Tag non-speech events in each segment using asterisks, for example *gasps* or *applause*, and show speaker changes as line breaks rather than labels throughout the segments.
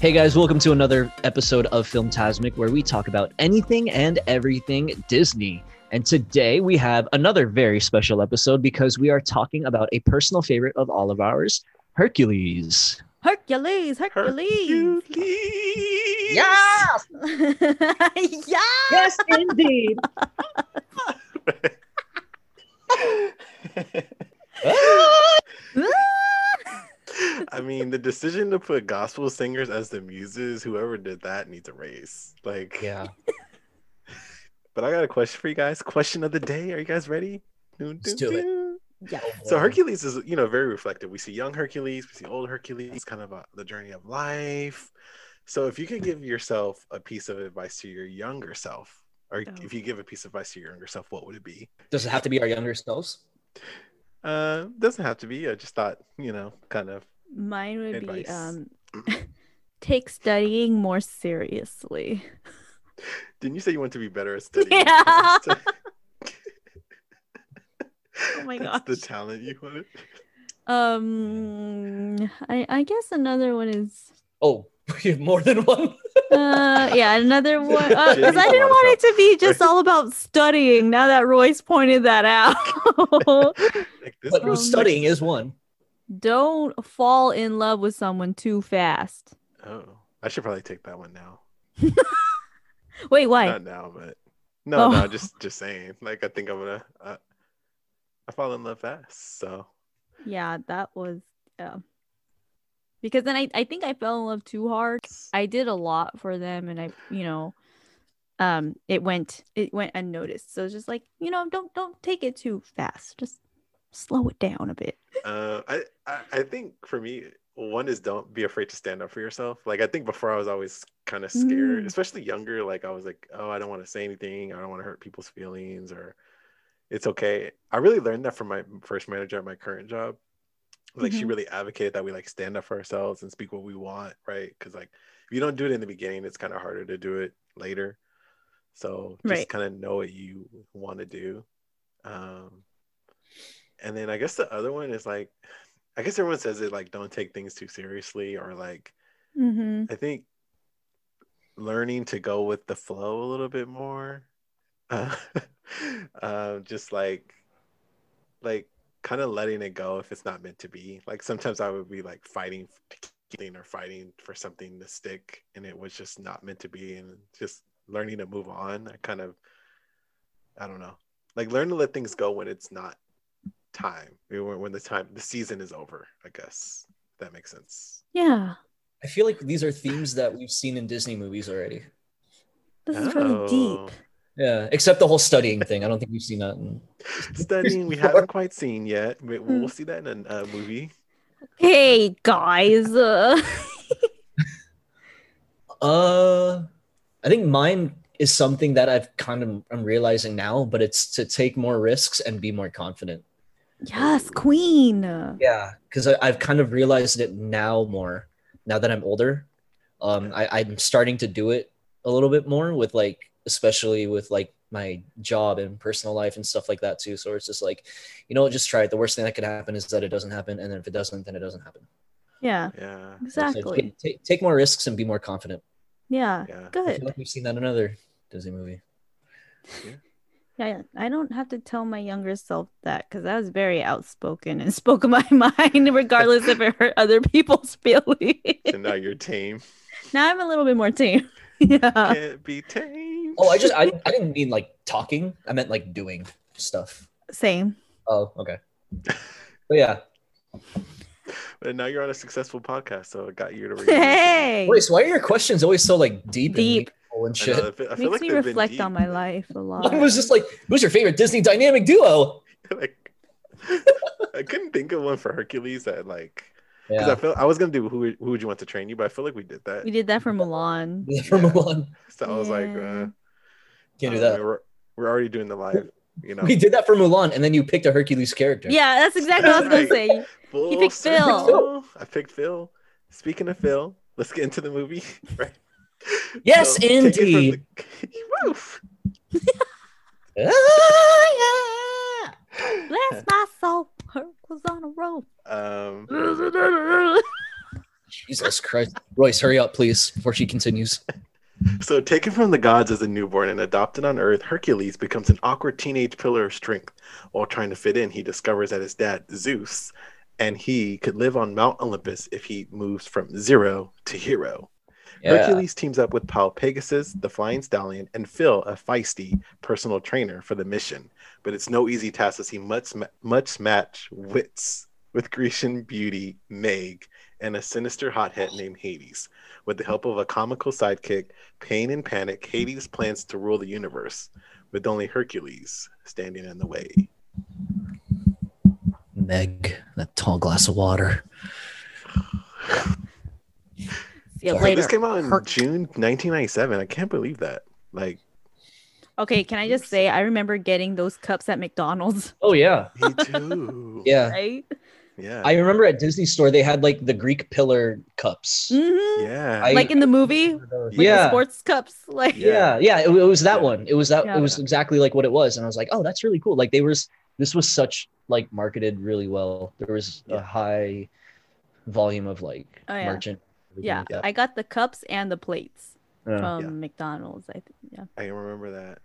Hey guys, welcome to another episode of Filmtasmic where we talk about anything and everything Disney. And today we have another very special episode because we are talking about a personal favorite of all of ours, Hercules.
Hercules, Hercules.
Hercules.
Yes,
*laughs* yeah.
yes, indeed.
I mean, the decision to put gospel singers as the muses, whoever did that needs a raise. Like,
yeah.
but I got a question for you guys. Question of the day. Are you guys ready?
Let's do it.
Yeah.
So Hercules is, you know, very reflective. We see young Hercules, we see old Hercules, kind of about the journey of life. So if you could give yourself a piece of advice to your younger self, or
Oh.
if you give a piece of advice to your younger self, what would it be?
Does it have to be our younger selves?
Uh, doesn't have to be. I just thought, you know, kind of.
Mine would
Advice.
be um *laughs* take studying more seriously.
Didn't you say you want to be better at studying?
Yeah. *laughs*
*laughs* oh
my
That's the
gosh.
talent you want.
Um I I guess another one is
*laughs*
Oh, more than one.
uh yeah, another one because
Jenny's
I
a
didn't
lot of
want it to be
help.
just all about studying now that Royce pointed that
*laughs*
out.
Like this
But
Um,
studying is one.
Don't fall in love with someone too fast.
Oh, I should probably take that one now.
Wait, why?
Not now, but no,
Oh.
no, just just saying. Like I think I'm gonna. Uh, I fall in love fast, so
Yeah, that was yeah. Because then I, I think I fell in love too hard. I did a lot for them and I you know um it went it went unnoticed. So it's just like, you know, don't don't take it too fast. Just slow it down a bit.
uh, I, I I think for me, one is don't be afraid to stand up for yourself. Like I think before I was always kind of scared,
Mm.
especially younger. Like I was like, oh, I don't want to say anything. I don't want to hurt people's feelings, or it's okay. I really learned that from my first manager at my current job. Like she
Mhm.
really advocated that we like stand up for ourselves and speak what we want, right? Because like if you don't do it in the beginning, it's kind of harder to do it later. So just
Right.
kind of know what you want to do. Um, and then I guess the other one is like, I guess everyone says it like don't take things too seriously or like
Mm-hmm.
Mhm.
I think learning to go with the flow a little bit more, *laughs* uh, um, just like like kind of letting it go if it's not meant to be. Like sometimes I would be like fighting to keep something or fighting for something to stick, and it was just not meant to be. And just learning to move on. I kind of I don't know, like learn to let things go when it's not time when when the time the season is over i guess if that makes sense
Yeah.
I feel like these are themes that we've seen in Disney movies already.
This is really
Oh.
deep.
Yeah, except the whole studying thing. I don't think we've seen that. In...
studying
*laughs*
we haven't quite seen yet. We,
Hmm.
we'll see that in a uh, movie.
Hey guys. *laughs* Uh,
Uh, I think mine is something that I've kind of I'm realizing now, but it's to take more risks and be more confident.
yes, queen.
Yeah, because I've kind of realized it now more now that I'm older. Um, I, I'm starting to do it a little bit more with like, especially with like my job and personal life and stuff like that too. So it's just like, you know, what, just try it. The worst thing that could happen is that it doesn't happen, and then if it doesn't, then it doesn't happen.
Yeah,
Yeah,
So it's like,
exactly.
ta- take, take more risks and be more confident.
Yeah. *laughs*
yeah.
I feel
Good.
like we've seen that in another Disney movie.
Yeah, yeah. I don't have to tell my younger self that because I was very outspoken and *laughs* spoke my mind, regardless if it hurt other people's *laughs* feelings.
So now your team
now I'm a little bit more tame. *laughs* Yeah.
can't be tamed.
Oh, I just I, I didn't mean like talking. I meant like doing stuff.
Same.
Oh, okay. But yeah,
But now you're on a successful podcast, so it got you to read.
Hey.
Royce, why are your questions always so like deep,
Deep.
and, meaningful and
I
shit?
know, I feel, I feel
Makes
like
me
they've been
reflect on
deep,
my
but,
life a
*laughs*
lot.
Mine was just like, who's your favorite Disney dynamic duo?
*laughs* like, I couldn't think of one for Hercules that like
*laughs*
because
Yeah,
I feel I was gonna do who who would you want to train you, but I feel like we did that.
we did that for Milan.
from Milan.
So I was like,
Yeah.
Can't
uh, I
do
don't know,
that.
We're, we're already doing the live, you know.
We did that for Mulan, and then you picked a Hercules character.
Yeah, that's exactly what I was
*laughs*
gonna say.
Full
picked
circle.
Phil.
I picked Phil. Speaking of Phil, let's get into the movie, right?
Yes,
take it from
indeed.
the- *laughs* Woof.
Ah, yeah.
*laughs*
Bless my soul. Herc was on a roll.
um,
Jesus Christ, Royce, hurry up, please, before she continues.
So, taken from the gods as a newborn and adopted on Earth, Hercules becomes an awkward teenage pillar of strength. While trying to fit in, he discovers that his dad, Zeus, and he could live on Mount Olympus if he moves from zero to hero.
Yeah.
Hercules teams up with Pal Pegasus, the flying stallion, and Phil, a feisty personal trainer, for the mission. But it's no easy task as he must, ma- must match wits with Grecian beauty Meg and a sinister hothead named Hades. With the help of a comical sidekick, Pain and Panic, Hades plans to rule the universe, with only Hercules standing in the way.
Meg, that tall glass of water.
See you
Sorry,
Like,
later.
this came out in
Herc.
June 1997. I can't believe that. Like,
Okay, can I just say I remember getting those cups at McDonald's,
Oh yeah.
*laughs*
me too.
Yeah.
right?
Yeah.
I remember at Disney store they had like the Greek pillar cups.
hmm
yeah.
I-
Like in the movie, like the
yeah.
sports cups, *laughs* like
yeah
Yeah.
yeah it, it was that
Yeah.
one it was that
Yeah.
it was exactly like what it was and i was like oh that's really cool like they were s- this was such like marketed really well there was a
Yeah.
high volume of like
Oh, yeah.
merchant everything
yeah.
like that.
I got the cups and the plates
Yeah.
from
Yeah.
McDonald's. I think, yeah.
I remember that.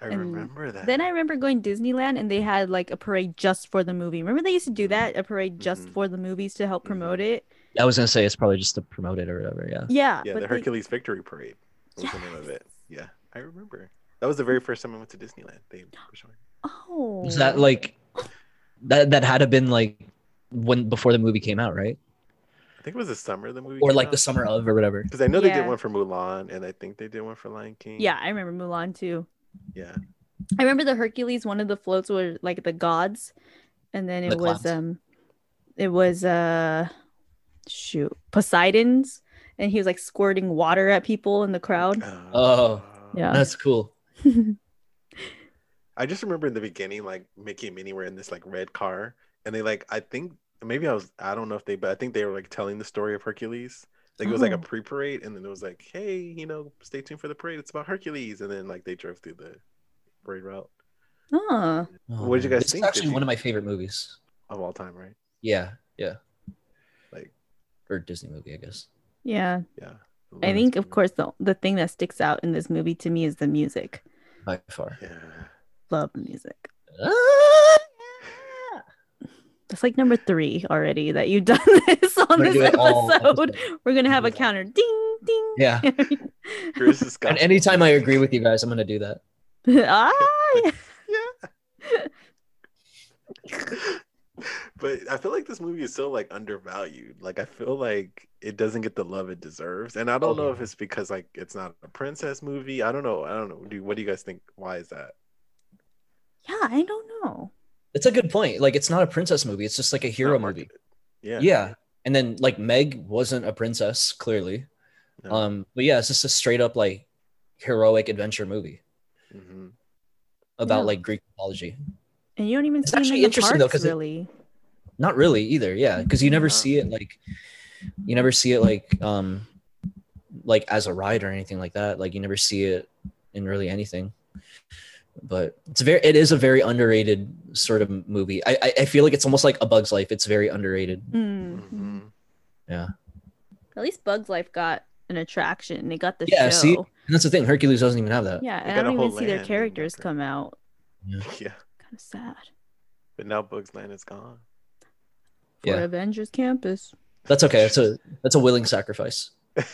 I
And
remember that.
Then I remember going Disneyland and they had like a parade just for the movie. Remember they used to do that, a parade just
Mhm.
for the movies to help
Mhm.
promote it.
i was gonna say it's probably just to promote it or whatever yeah
Yeah,
yeah,
but
the
they-
Hercules Victory Parade was the name of
Yes.
it. Yeah, I remember. That was the very first time I went to Disneyland. They were showing.
Oh,
was that like that that had to been like when before the movie came out right
I think it was the summer the movie.
or like the summer of or whatever
Because I know they
Yeah.
did one for Mulan, and I think they did one for Lion King.
Yeah, I remember Mulan too.
Yeah.
I remember the Hercules. One of the floats were like the gods, and then it
The
was
clouds.
um, it was uh, shoot Poseidon's, and he was like squirting water at people in the crowd.
Uh,
Oh.
Yeah.
that's cool
I just remember in the beginning, like Mickey and Minnie were in this like red car, and they like I think maybe I was I don't know if they but I think they were like telling the story of Hercules. Like it was like a
Oh.
pre parade, and then it was like, hey, you know, stay tuned for the parade. It's about Hercules, and then like they drove through the parade route
Huh.
Oh,
What did you
man.
guys
it's
think? Did
actually one
you-
of my favorite movies
of all time, right?
yeah yeah
Like-
or disney movie i guess
yeah.
Yeah.
I think, of course, the the thing that sticks out in this movie to me is the music.
by far
*laughs*
Yeah.
Love music.
Ah!
That's like number three already that you've *laughs* done this on
We're gonna
this
do it all *laughs*
episode. We're gonna have a
Yeah.
counter. Ding ding. *laughs*
Yeah.
Chris is
And anytime I agree with you guys, I'm gonna do that.
*laughs* ah, yeah.
*laughs* but I feel like this movie is so like undervalued. Like I feel like it doesn't get the love it deserves, and I don't
Oh,
know
yeah.
if it's because like it's not a princess movie. I don't know. I don't know. Do what do you guys think? Why is that?
Yeah, I don't know.
It's a good point. Like, it's not a princess movie. It's just like a hero
Not
movie.
marketed. Yeah.
Yeah. And then like Meg wasn't a princess, clearly.
No.
Um, but yeah, it's just a straight up like heroic adventure movie
Mhm.
about
Yeah.
like Greek mythology.
And you don't even
It's
see him
actually
in the
interesting, though,
parks,
'cause it-
really.
Not really either, yeah, because you never
Yeah.
see it like, you never see it like, um, like as a ride or anything like that. Like you never see it in really anything. But it's a very, it is a very underrated sort of movie. I, I, I feel like it's almost like A Bug's Life. It's very underrated.
Mm.
Mhm.
At least Bugs Life got an attraction. and They got the
Yeah,
show.
see? And that's the thing. Hercules doesn't even have that.
Yeah,
They
and
got
I
a
don't even
whole
see
land
their
and
characters
everything.
come out.
*laughs* Yeah.
Kind of sad.
But now Bugs Land is gone.
For
Yeah.
Avengers
*sighs*
Campus.
That's okay. That's a that's a willing sacrifice.
But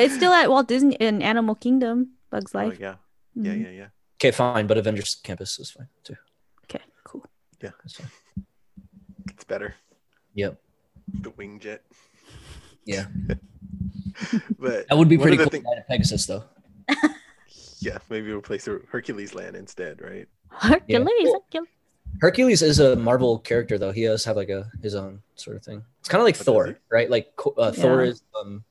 it's still at Walt Disney in Animal Kingdom, Bugs
Oh,
Life.
yeah. Yeah.
Mhm.
Yeah. Yeah.
Okay, fine, but Avengers Campus is fine too.
Okay, cool. *laughs*
That's fine.
It's better.
Yep.
The Wingjet.
*laughs* Yeah.
*laughs* But
That would be
one
pretty cool.
of the thing-
to ride a Pegasus though.
yeah, maybe replace the Hercules Land instead, right?
Hercules,
Cool.
Hercules.
Hercules is a Marvel character though. He does have like a his own sort of thing. It's kind of like
What is
Thor,
it?
right? Like co- uh,
Yeah.
Thor is um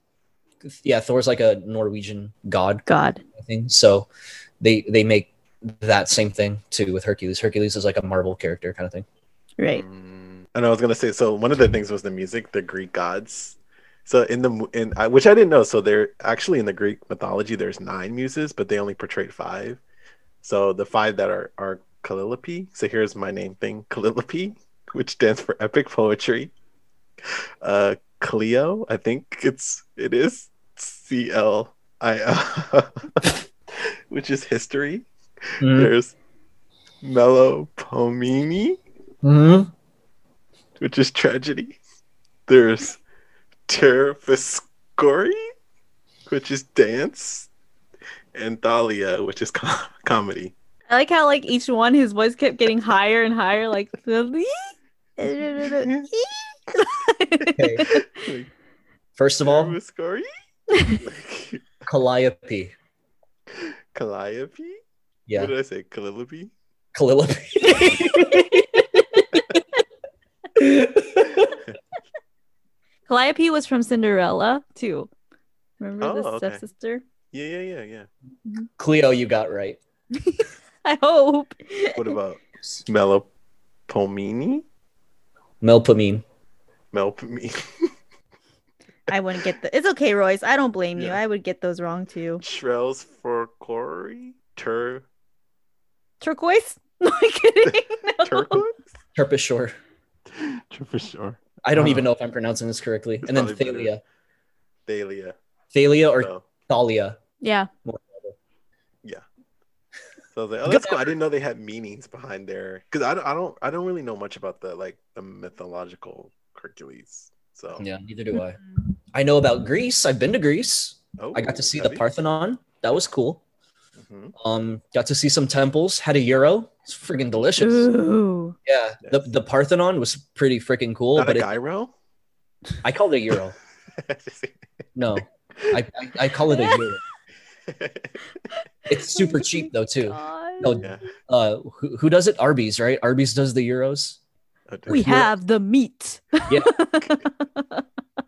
yeah, Thor's like a Norwegian god
God.
kind of thing. So they they make that same thing too with Hercules. Hercules is like a Marvel character kind of thing.
Right.
Mm. And I was gonna say, so one of the things was the music, the Greek gods. So in the mo- in I, which I didn't know, so they're actually in the Greek mythology. There's nine muses, but they only portrayed five. So the five that are are Calliope. So here's my name thing, Calliope, which stands for epic poetry. Uh, Cleo. I think it's it is C L I L, *laughs* which is history.
Mhm.
There's Mellow Pomini,
Mhm.
which is tragedy. There's Terfiscori, which is dance, and Thalia, which is com- comedy.
I like how like each one his voice kept getting higher and higher,
*laughs*
like *laughs*
Like,
First of all,
Terfiscori?
Calliope.
*laughs* Calliope?
Yeah,
What did I say? Calliope?
Calliope. *laughs*
*laughs* Calliope was from Cinderella too. Remember
Oh,
the
okay.
stepsister?
Yeah, yeah, yeah, yeah.
Cleo, you got right.
I hope.
What about Melopomene?
Melpomene.
Melpomene. *laughs*
I wouldn't get the. It's okay, Royce. I don't blame you.
Yeah.
I would get those wrong too.
Shrells for Corey? Tur
Turquoise? *laughs* No, I'm kidding. No.
turquoise?
Terpishore.
For sure.
I don't
Oh.
even know if I'm pronouncing this correctly.
It's
and then
probably better.
Thalia.
Thalia.
Thalia or
So,
Thalia.
yeah.
so I was like, oh,
Good
that's cool. I didn't know they had meanings behind their because I don't, I don't I don't really know much about the like the mythological Hercules. So
Yeah, neither do I. I know about Greece. I've been to Greece.
oh,
I got to see the Parthenon. That was cool.
hmm
Um, got to see some temples. Had a euro. It's freaking delicious.
Ooh.
Yeah, the, the Parthenon was pretty freaking cool.
Not
but
a
it, *laughs*
gyro.
I called it a euro.
*laughs*
No, I, I, I call it a euro. It's super cheap though too.
God.
No,
yeah.
Uh, who, who does it? Arby's, right? Arby's does the euros.
Oh, dude.
we have the meat.
Yeah.
*laughs* I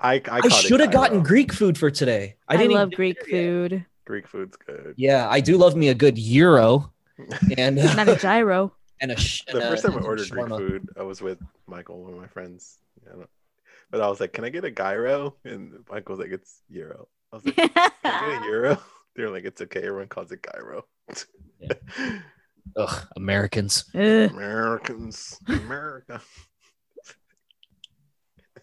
I,
I,
called it
should have gotten
gyro.
Greek food for today. I
I,
didn't even
love
get
Greek
there yet.
food.
Greek food's good.
Yeah, I do love me a good
*laughs*
euro, and
Not a
*laughs*
gyro.
and a sh-
The
and a-
first time I
and a
ordered Greek
shawarma.
food, I was with Michael, one of my friends. I don't- but I was like, "Can I get a gyro?" And Michael was like, "It's euro." I was like, "Can I
*laughs*
get a euro?" *laughs* They're like, "It's okay. Everyone calls it gyro." *laughs*
Ugh, Americans.
Ugh.
Americans, America.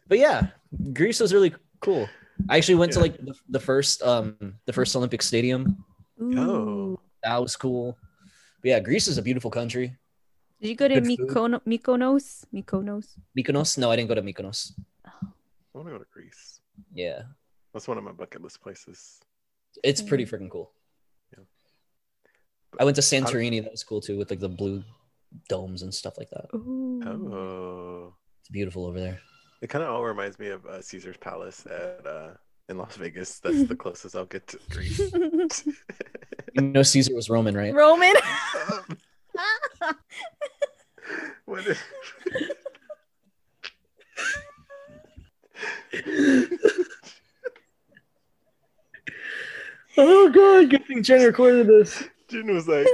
But yeah, Greece was really cool. I actually went to
Yeah.
like the, the first um the first Olympic stadium.
Oh.
Ooh.
That was cool. But yeah, Greece is a beautiful country.
Did you go to
Good food.
Mykono- Mykonos? Mykonos.
Mykonos? No, I didn't go to Mykonos.
I want to go to Greece.
Yeah,
That's one of my bucket list places.
it's pretty freaking cool.
Yeah.
I went to Santorini. That was cool too, with like the blue domes and stuff like that.
Ooh.
Oh,
It's beautiful over there.
it kind of all reminds me of uh, Caesar's Palace at uh, in Las Vegas. That's the closest I'll get to Greece.
*laughs*
*laughs*
You know, Caesar was Roman, right?
Roman.
What is-
*laughs* Oh god, good thing Jen recorded this.
Jin was like,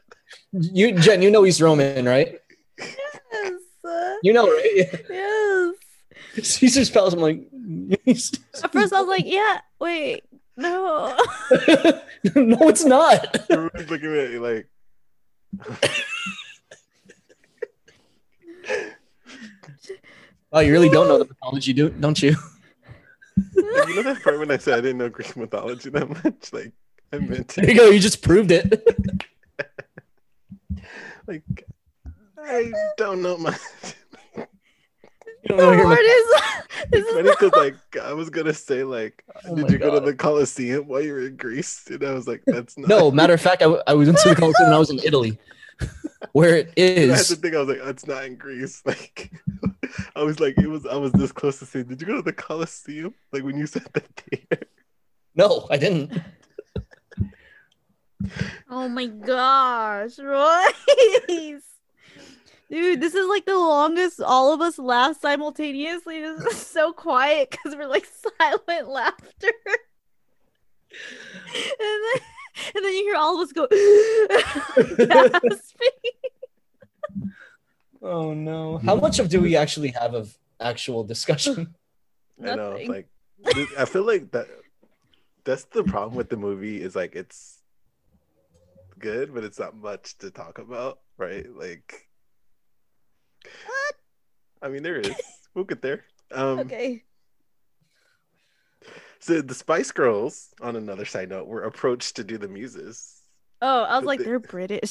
*laughs*
You, Jen, you know he's Roman, right?
yes. Uh,
You know, right? *laughs*
yes.
Caesar's Palace. I'm like, *laughs* he's-
At first, I was like, yeah, wait, no.
*laughs* no, it's not.
everyone's looking at you like,
Oh, you really don't know the mythology, do don't you?
like, you know that part when I said I didn't know Greek mythology that much? Like, I meant
*laughs* There
to,
you go. You just proved it.
like, I don't know much.
*laughs*
*laughs*
You don't
The
know your
word is. *laughs*
It's
this
funny
is
because, like, I was gonna say, like,
Oh
did
my
you go
God.
to the Colosseum while you were in Greece? And I
*laughs*
was like, that's not.
No, matter of fact, I, w- I went to the Colosseum when I was in Italy, where it
*laughs* I had to
is.
think. I was like, that's not in Greece. *laughs* Like, I was like, it was. I was this close to saying, did you go to the Colosseum? Like when you *laughs* said that there.
*laughs* No, I didn't.
oh my gosh, Royce. Dude, this is like the longest all of us laugh simultaneously. This is so quiet because we're like *laughs* silent laughter. and, then, and then you hear all of us go *laughs* gasping.
Oh no! How much of do we actually have of actual
*laughs*
discussion?
I know.
Nothing.
Like, th- I feel like that. That's the problem with the movie is like it's good, but it's not much
*laughs*
to talk about, right? Like, I mean, there is, we'll get there. Um,
okay.
So the Spice Girls, on another side note, were approached to do the muses.
Oh, I was
but
like,
they-
they're British.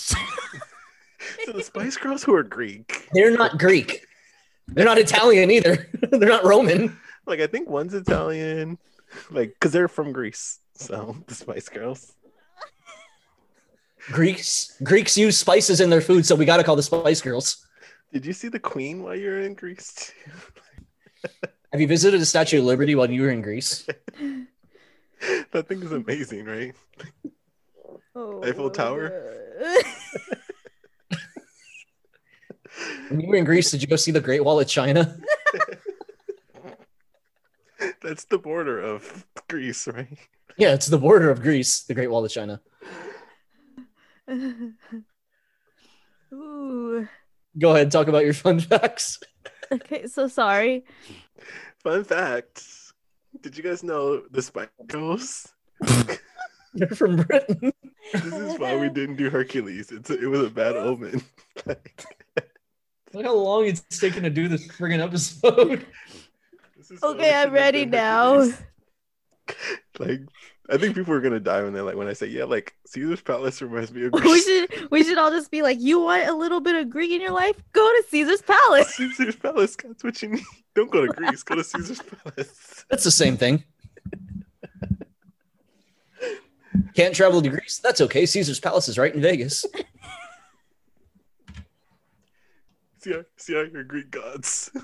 *laughs*
So the Spice Girls, who are Greek,
They're not Greek. They're not Italian either. *laughs* They're not Roman.
like I think one's Italian, like because they're from Greece. So the Spice Girls.
Greeks Greeks use spices in their food, so we gotta call the Spice Girls.
Did you see the Queen while you were in Greece?
Have you visited the Statue of Liberty while you were in Greece?
*laughs* that thing is amazing, right?
oh,
Eiffel Tower?
uh,
When you were in Greece, did you go see the Great Wall of China?
That's the border of Greece, right?
Yeah, it's the border of Greece, the Great Wall of China.
*laughs* Ooh.
Go ahead, talk about your fun *laughs* facts.
Okay, so
*laughs*
sorry.
Fun fact: Did you guys know the Spice Girls?
You're from Britain.
This is why we didn't do Hercules. It's it was a bad omen. *laughs*
Look
Like,
how long it's taken to do this friggin' episode.
this is why we
Okay, I'm
shouldn't have
ready
done
now.
Hercules. Like, I think people are gonna die when they like when I say, "Yeah, like Caesar's Palace reminds me
*laughs*
of
We
Greece."
should we should all just be like, you want a little bit of Greek in your life? Go to Caesar's Palace. *laughs*
*laughs* Caesar's Palace. That's what you need. *laughs* Don't go to Greece. Go to Caesar's Palace.
*laughs*
*laughs*
That's the same thing. Can't travel to Greece? That's okay. Caesar's Palace is right in Vegas.
See how, see how your Greek gods. *laughs*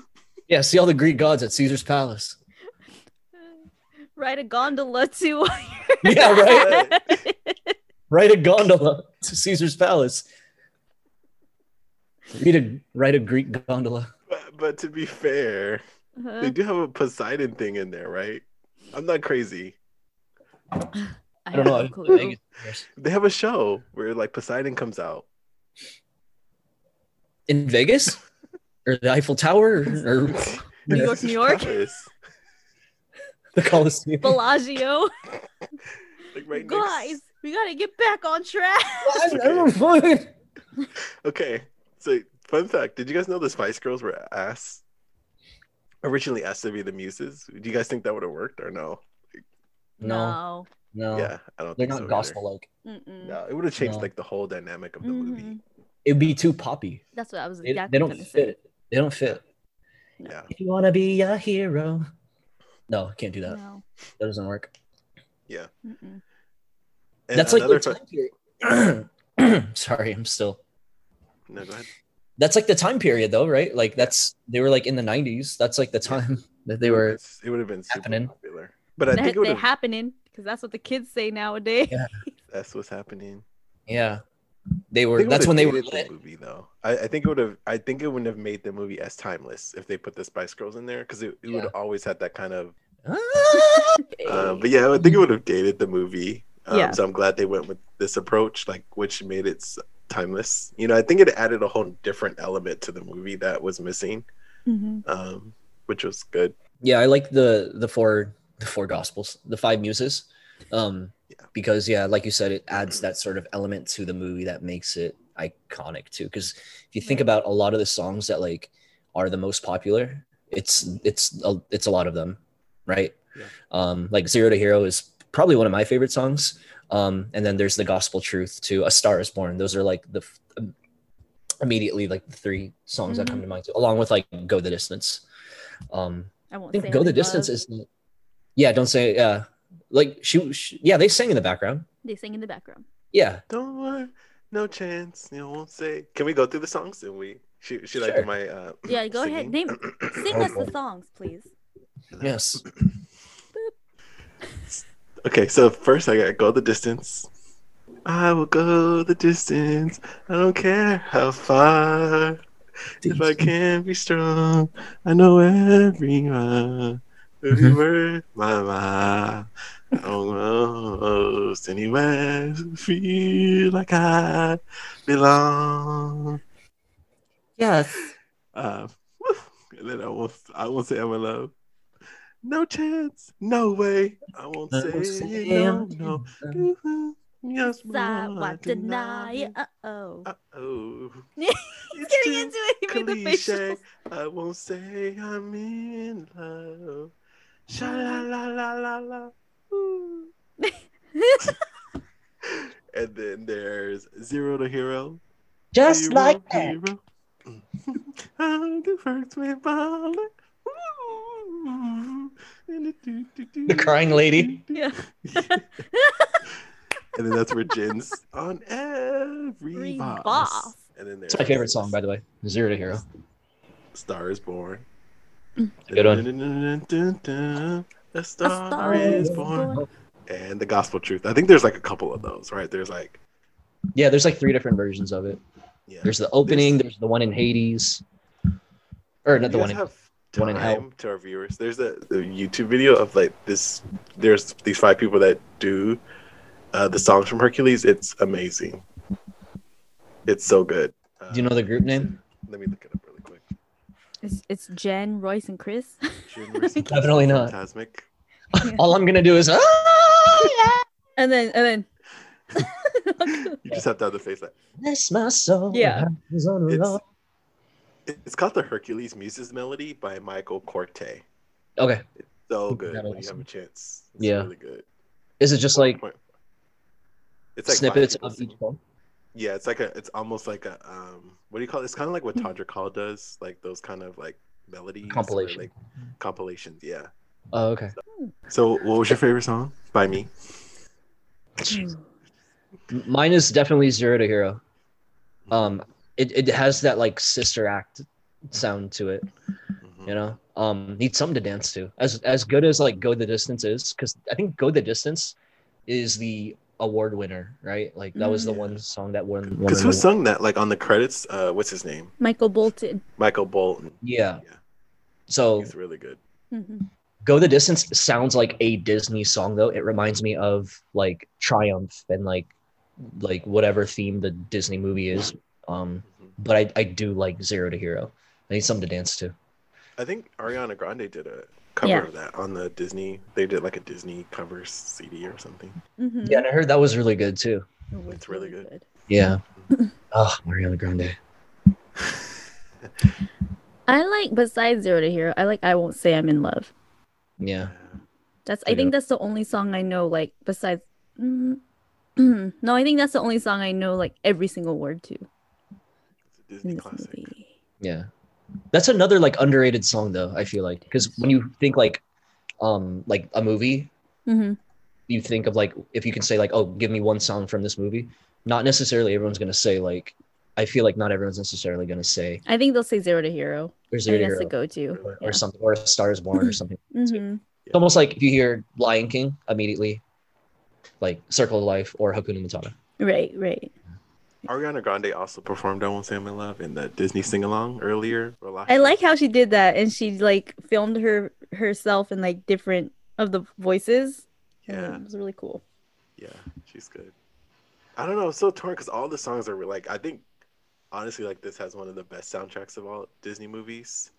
Yeah, see all the Greek gods at Caesar's Palace. *laughs*
Ride a gondola to
*laughs*
*laughs*
Yeah, right? Ride a gondola to Caesar's Palace. Read a, ride a Greek gondola.
But, but to be fair, they
Uh,
do have a Poseidon thing in there, right? I'm not crazy.
I don't know.
have
I
no
was in
clue.
*laughs*
Vegas.
They have a show where like Poseidon comes out. *laughs*
In Vegas? Or the Eiffel Tower? Or, or
New
Yeah.
York, New York.
Palace.
the Coliseum? *laughs*
Bellagio.
Like right next-
Guys, we gotta get back on track.
I never fucking-
Okay. So fun fact, did you guys know the Spice Girls were asked originally asked to be the muses? Do you guys think that would have worked or no?
No, no.
Yeah, I don't
They're
think
not
so either.
gospel like.
No. Mm-mm.
No, it would have changed
No.
like the whole dynamic of the movie.
Mhm.
It'd be too poppy.
That's what I was
They,
exactly
they don't
gonna
fit.
say.
They don't fit.
Yeah.
If you want to be a hero. No, can't do that.
No.
That doesn't work.
Mm-mm.
And
That's like
another
the
fun-
time period. *clears throat* Sorry, I'm still.
No, go ahead.
That's like the time period though, right? Like that's they were like in the 90s. That's like the time *laughs* that they were
It's- it would have been super
happening.
popular. But I think it
They,
would
they
have
happening because that's what the kids say nowadays.
Yeah.
that's what's happening.
yeah. They
I
were
think it
that's when
would've
they were
dated
lit.
the movie though. I, I think it would have I think it wouldn't have made the movie as timeless if they put the Spice Girls in there because it, it would
Yeah.
have always had that kind of
Ah!
Uh, but yeah, I would think it would have dated the movie. Um,
Yeah.
So I'm glad they went with this approach, like which made it s- timeless. You know, I think it added a whole different element to the movie that was missing,
Mhm.
um, which was good.
yeah i like the the four the four gospels the five muses um
Yeah.
because yeah like you said it adds that sort of element to the movie that makes it iconic too because if you think
Right.
about a lot of the songs that like are the most popular it's it's a, it's a lot of them right
Yeah.
um like zero to hero is probably one of my favorite songs um and then there's the gospel truth to a star is born those are like the f- um, immediately like the three songs that
Mm-hmm.
come to mind too, along with like go the distance um
I won't
I think
say
go
I
the
love-
distance is not- yeah don't say yeah like she, she yeah they sang in the background
They sing in the background.
yeah
Don't want no chance. You know, won't say. Can we go through the songs? And we should should I
Sure.
do my uh, *clears throat*
Yeah, go ahead.
singing?
Sing us the songs, please.
yes
Okay, so first I gotta go the distance. I will go the distance. I don't care how far. If I can be strong, I know everyone. Every
Mhm.
word, my mind. Almost anywhere, feel like I belong.
yes
Uh, whew, and then I won't. I won't say I'm in love. No chance. No way. I won't say no. No. Ooh, ooh, Yes,
I
ma,
won't deny it. Uh oh.
Uh-oh.
*laughs* He's
It's
Getting
too
into it.
*laughs*
He made the
cliche.
facials.
I won't say I'm in love. Sha la la la la la. Ooh. and then there's Zero to Hero.
Just
Zero
like
to Hero. *laughs* I'm the first with balling. Ooh. And the do, do, do,
The crying lady.
do, do.
*laughs* Yeah.
and then that's where Jin's on every
Every
boss.
boss.
And then there's
It's my favorite song, by the way. Zero to Hero.
Star is Born.
Good one.
one. The Star,
Star
is
is
born.
Born.
And the Gospel Truth. I think there's like a couple of those, right? There's like,
Yeah, there's like three different versions of it.
yeah.
There's the opening. There's the one in Hades, or not the
You guys
one. In,
have
one in hell.
time to our viewers. There's a, a YouTube video of like this. There's these five people that do uh, the songs from Hercules. It's amazing. It's so good. Uh,
do you know the group name?
Let me look it up really quick.
It's, it's Jen, Royce, and Chris.
Jim Morrison,
Definitely not.
Fantasmic.
All I'm gonna do is ah!
*laughs* And then, and *laughs* then.
You just have to have the face like
bless my soul.
Yeah.
hands on a
it's.
rock.
It's called the Hercules Muses Melody by Michael Corte.
Okay.
So good
That'll
when you have a chance. It's
Yeah.
really good.
Is it just like
Point- It's five
snippets
people
of
singing.
each song?
Yeah, it's like a, it's almost like a, um, what do you call it? It's kind of like
Hmm.
what Todrick Hall does, like those kind of like melodies, or,
Compilation.
like compilations. Yeah.
Oh, okay.
So, what was your favorite song by me?
M- Mine is definitely Zero to Hero. Um, it, it has that like sister act sound to it.
Mhm.
you know um need something to dance to as as good as like go the distance is because i think go the distance is the award winner right like that was the
Mhm.
one song that won, won
Because
an
who
award.
sung that? Like on the credits, uh, what's his name?
Michael Bolton.
Michael Bolton.
yeah
Yeah.
so
He's really good.
Mhm.
go the distance sounds like a disney song though it reminds me of like triumph and like like whatever theme the disney movie is um
Mhm.
but i i do like zero to hero i need something to dance to
Mm-hmm.
I think Ariana Grande did a cover
Yeah.
of that on the Disney. They did like a Disney cover CD or something.
Mhm.
yeah and i heard that was really good too
It was
It's really good.
*laughs*
yeah oh mariana grande
I like besides Zero to Hero, I like I Won't Say I'm in Love.
yeah
That's
Yeah.
I think that's the only song I know like besides mm, *clears throat* No, I think that's the only song I know like every single word to
It's a Disney
in this
classic.
movie.
Yeah. That's another like underrated song though, I feel like. Because when you think like um like a movie,
hmm
you think of like if you can say like, oh, give me one song from this movie, not necessarily everyone's gonna say like I feel like not everyone's necessarily gonna say
I think they'll say Zero to Hero.
there's a
I think that's the
hero
go to.
or, or
yeah.
something or a star is
*laughs*
born or something.
hmm
It's almost like if you hear Lion King immediately, like Circle of Life or Hakuna Matata.
Right, right.
Ariana Grande also performed "I Won't Say I'm in Love" in the Disney sing along earlier. or last
I
year.
like how she did that and she like filmed her herself in like different of the voices. and
Yeah,
It was really cool.
yeah, she's good. I don't know. I'm so torn because all the songs are like. I think honestly, like this has one of the best soundtracks of all Disney movies.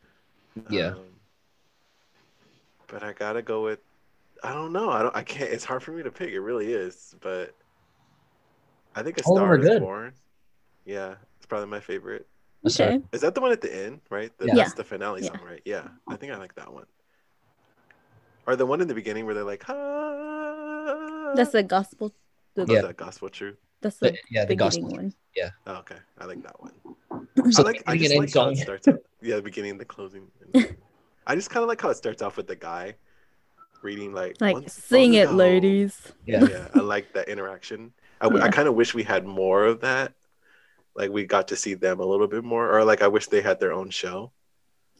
Yeah.
Um, but I gotta go with. I don't know. I don't. I can't. It's hard for me to pick. It really is. But I think a
All of them
star
are
is
good.
born. Yeah, it's probably my favorite.
That's
okay.
Is that the one at the end, right? The,
Yeah.
That's the finale
Yeah.
song, right? Yeah. I think I like that one. Or the one in the beginning where they're like, ah.
That's the gospel the,
What was that gospel truth.
that's the
But, yeah, the
beginning
gospel.
one.
Oh, okay. I like that one.
So
I like, I
beginning
just
and
like how
end
it starts out. Yeah, the beginning, the closing.
*laughs*
I just kind of like how it starts off with the guy reading, like,
Like
"Once
sing
upon a
it,
time."
ladies.
Yeah.
yeah i like that interaction i, w- I
Yeah.
kind of wish we had more of that like we got to see them a little bit more or like i wish they had their own show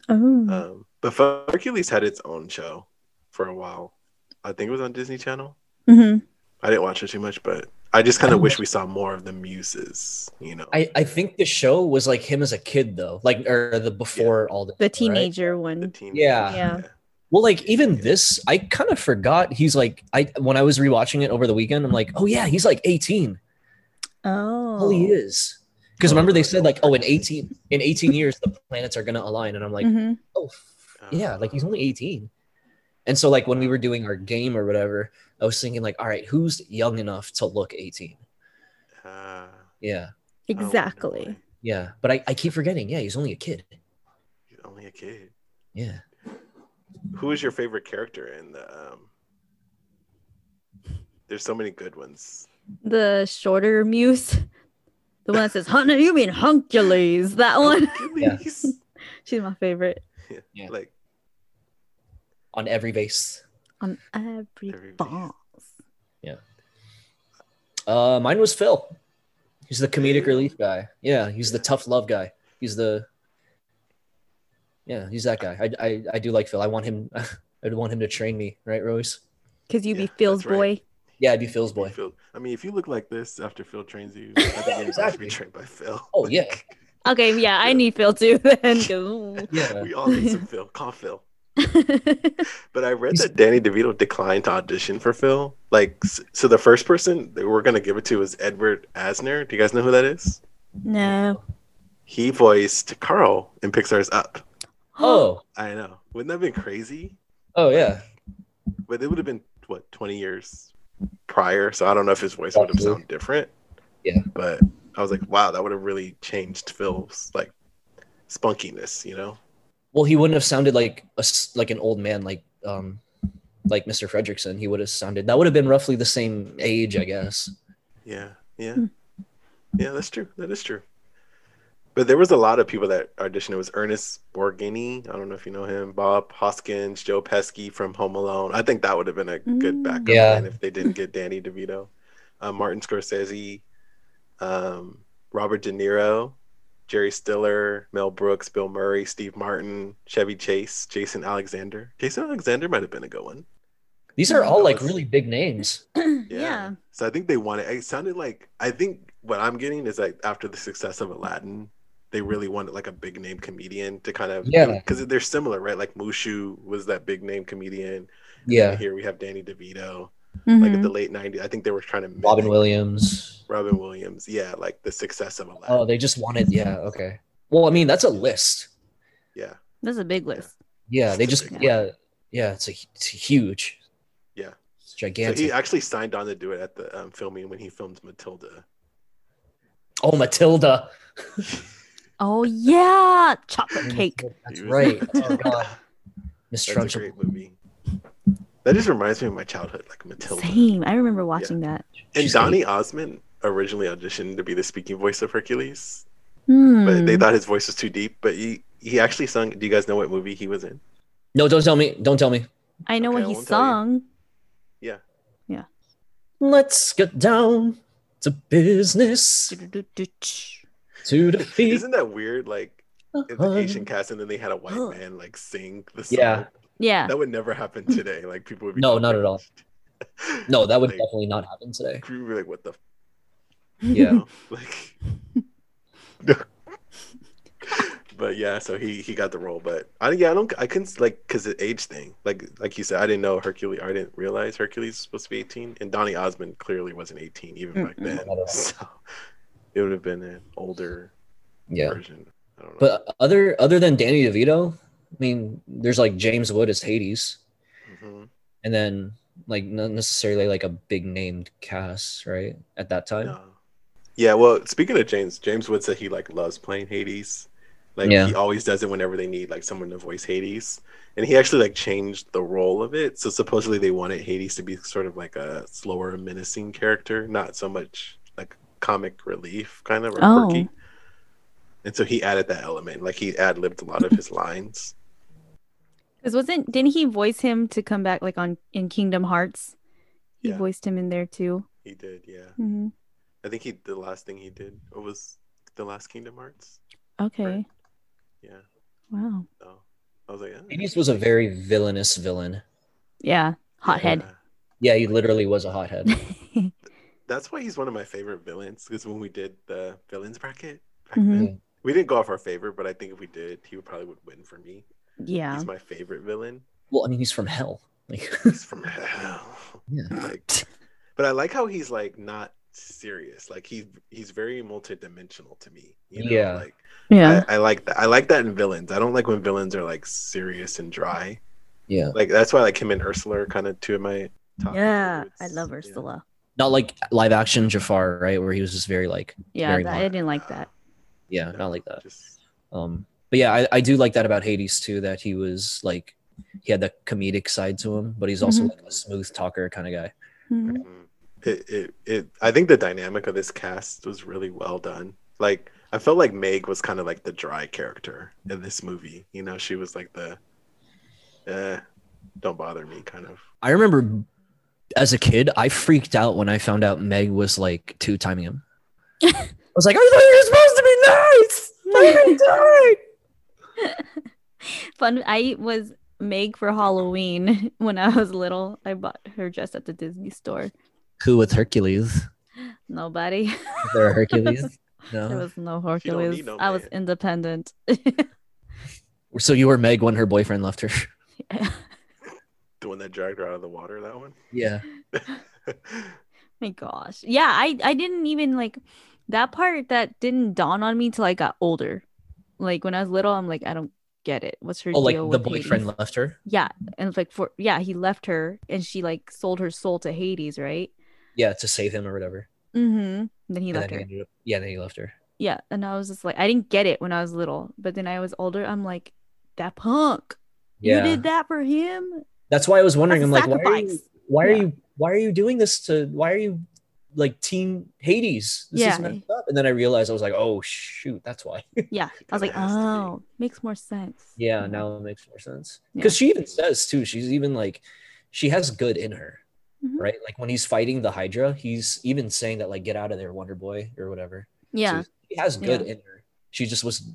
Oh.
um but Fe- hercules had its own show for a while i think it was on disney channel
hmm
i didn't watch it too much but i just
Mm-hmm.
kind of
Um,
wish we saw more of the muses you know
I, I think the show was like him as a kid though, like or the before all the
The
right?
teenager
the
one.
teen
Yeah.
Yeah.
Well, like even this, I kind of forgot he's like I when I was rewatching it over the weekend, I'm like, oh yeah, he's like 18.
Oh.
Hell, he is. Because
Oh,
remember they
right.
said like, oh, in 18 in
Mm-hmm.
18 years the planets are gonna align, and I'm like,
Mhm.
um,
oh f- yeah, like he's only 18. And so like when we were doing our game or whatever, I was thinking like, all right, who's young enough to look 18?
Uh,
Yeah.
Exactly.
Yeah. But I, I keep forgetting. Yeah, he's only a kid.
He's only a kid.
Yeah.
Who is your favorite character in the? Um... There's so many good ones.
the shorter muse. The one that says, Hun you mean hunkules. That one. *laughs*
*laughs*
Hercules.
She's my favorite.
Yeah.
Like
On every base.
On every
Every
boss.
Uh mine was Phil. He's the comedic relief guy. Yeah, he's the tough love guy. He's the Yeah, he's that guy. I I, I do like Phil. I want him *laughs* I'd want him to train me, right, Rose?
Because you
Yeah,
be Phil's
that's right.
boy.
Yeah, I'd be Phil's boy.
Phil. I mean, if you look like this after Phil trains you, I think anybody should
Exactly.
be trained by Phil.
Oh yeah.
Okay, yeah, I
Yeah.
need Phil too *laughs* then.
*laughs*
'cause-
Yeah.
we all need some Phil. Call Phil.
oh,
But I read
He's-
that Danny DeVito declined to audition for Phil. Like, s- so the first person that we're gonna give it to is Edward Asner. Do you guys know who that is?
*laughs* no.
He voiced Carl in Pixar's Up.
*gasps* Oh.
I know. Wouldn't that have been crazy?
Oh yeah.
But it would have been what twenty years prior. So I don't know if his voice would have
Probably.
sounded different.
Yeah.
But I was like, wow, that would have really changed Phil's like spunkiness. You know?
Well, he wouldn't have sounded like a s like an old man, like um, like Mr. Fredrickson. He would have sounded that would have been roughly the same age, I guess.
Yeah.
Hmm.
Yeah. Yeah. That's true. That is true. But there was a lot of people that auditioned. It was Ernest Borgnini. I don't know if you know him. Bob Hoskins, Joe Pesky from Home Alone. I think that would have been a good
Mm.
backup
Yeah.
plan if they didn't get Danny DeVito, uh, Martin Scorsese, um, Robert De Niro, Jerry Stiller, Mel Brooks, Bill Murray, Steve Martin, Chevy Chase, Jason Alexander. Jason Alexander might have been a good one.
These are all
That
like
was-
really big names.
Oh, *clears throat* yeah.
So I think they wanted. It sounded like I think what I'm getting is like after the success of Aladdin, they really wanted like a big name comedian to kind of
Yeah.
because they're similar, right? Like Mushu was that big name comedian.
Yeah,
Here we have Danny DeVito. Like
Mhm.
at the late '90s, I think they were trying to mimic
Robin Williams.
Robin Williams. Yeah, like the success of Aladdin.
Oh, they just wanted. Yeah, okay. Well, I mean that's a list.
yeah,
That's a big list.
Yeah, they
It's a
just
big
yeah yeah it's a it's huge.
Yeah.
It's
so
gigantic.
he actually signed on to do it at the um, filming when he filmed Matilda.
oh, Matilda.
Oh, yeah. Chocolate cake.
That's
He was-
right.
*laughs*
Oh God.
That's a
Mistrunchable.
great movie. That just reminds me of my childhood, like Matilda.
Same. I remember watching that.
And
She's
Donnie Osmond originally auditioned to be the speaking voice of Hercules, but
Hmm.
they thought his voice was too deep. But he he actually sung. Do you guys know what movie he was in?
No, don't tell me. Don't tell me.
I know
Okay,
what
I
he
won't tell you. *laughs*
sung.
Let's get down to business to defeat
Isn't that weird? Like it's an Asian cast, and then they had a white man like sing the song.
Yeah.
Yeah.
that would never happen today. Like people would be
No, not at all.
*laughs*
No, that would
Like,
definitely not happen
*laughs*
today.
people would be like, what the f-?
Yeah.
No,
*laughs*
like. No. But yeah, so he he got the role, but I yeah I don't I couldn't like because the age thing like like you said I didn't know Hercules I didn't realize Hercules was supposed to be eighteen and Donny Osmond clearly wasn't eighteen even back
Mm-mm.
then
Not at all.
so it would have been an older
Yeah.
version I don't know
But other other than Danny DeVito, I mean, there's like James Wood as Hades,
Mhm.
and then like not necessarily like a big named cast, right? At that time.
No. Yeah, well, speaking of James, James Wood said he like loves playing Hades. Like
Yeah.
he always does it whenever they need like someone to voice Hades. And he actually like changed the role of it. So supposedly they wanted Hades to be sort of like a slower, menacing character, not so much like comic relief kind of or
Oh.
quirky. And so he added that element. Like he ad libbed a lot of his lines.
Because wasn't didn't he voice him to come back like on in Kingdom Hearts? He
Yeah.
voiced him in there too.
He did, yeah.
hmm
I think he the last thing he did was the last Kingdom Hearts.
Okay.
Right. Yeah.
Wow.
So I was like, oh,
Hades was a very villainous villain.
Yeah. Hothead.
yeah.
Yeah, he literally was a hothead.
*laughs*
That's why he's one of my favorite villains. Because when we did the villains bracket, back
Mhm.
then, we didn't go off our favorite, but I think if we did, he would probably would win for me.
yeah.
He's my favorite villain.
Well, I mean, he's from hell. Like,
He's from hell.
Yeah.
*laughs* Like, but I like how he's like not serious. Like he he's very multidimensional to me. You know?
Yeah.
Like
Yeah.
I, I like that. I like that in villains. I don't like when villains are like serious and dry.
Yeah.
Like that's why like him and Ursula are kind of two of my top
yeah,
favorites.
I love
Yeah.
Ursula.
Not like live action Jafar, right? Where he was just very like
Yeah,
Very
that, I
much.
didn't like that.
yeah, not like that.
Just
Um but yeah, I, I do like that about Hades too, that he was like he had that comedic side to him, but he's also
Mhm.
like a smooth talker kind of guy.
Mhm.
Mm-hmm.
Mhm. it, it it I think the dynamic of this cast was really well done. Like I felt like Meg was kind of like the dry character in this movie. You know, she was like the eh, don't bother me kind of.
I remember as a kid, I freaked out when I found out Meg was like two timing
*laughs*
him. I was like, I thought you were supposed to be nice. I'm gonna die."
Fun. I was Meg for Halloween *laughs* when I was little. I bought her dress at the Disney store.
Who with Hercules?
Nobody.
Is there a
*laughs*
Hercules?
There
No.
was no
Uh, need
Hercules.
no
I was
man.
independent.
So you were Meg when her boyfriend left her. *laughs*
The one that dragged her out of the water, that one. *laughs*
Yeah.
my gosh. Yeah, I I didn't even like that part that didn't dawn on me till I got older. Like when I was little, I'm like, I don't get it. What's her
Oh, like
deal
the
with Hades?
boyfriend left her.
Yeah, and it's like for yeah, he left her, and she like sold her soul to Hades, right?
Yeah, to save him or whatever.
Mm-hmm. Then he
And
left
then
her.
he ended up, yeah, then he left her.
yeah and i was just like i didn't get it when i was little but then i was older i'm like that punk
Yeah.
you did that for him
That's why I was wondering. I'm
That's a
like, why are, you,
sacrifice.
why are
Yeah.
you why are you doing this to why are you like team Hades? This is
Yeah.
messed up. And then I realized I was like, oh shoot, that's why.
yeah
*laughs*
i was like
Kinda has to be.
oh makes more sense
Yeah,
Mhm.
now it makes more sense.
Yeah.
Because she even says too, she's even like, she has good in her,
Mhm.
right? Like when he's fighting the Hydra, he's even saying that like, get out of there, Wonder Boy, or whatever.
yeah
So she has good
Yeah.
in her. She just was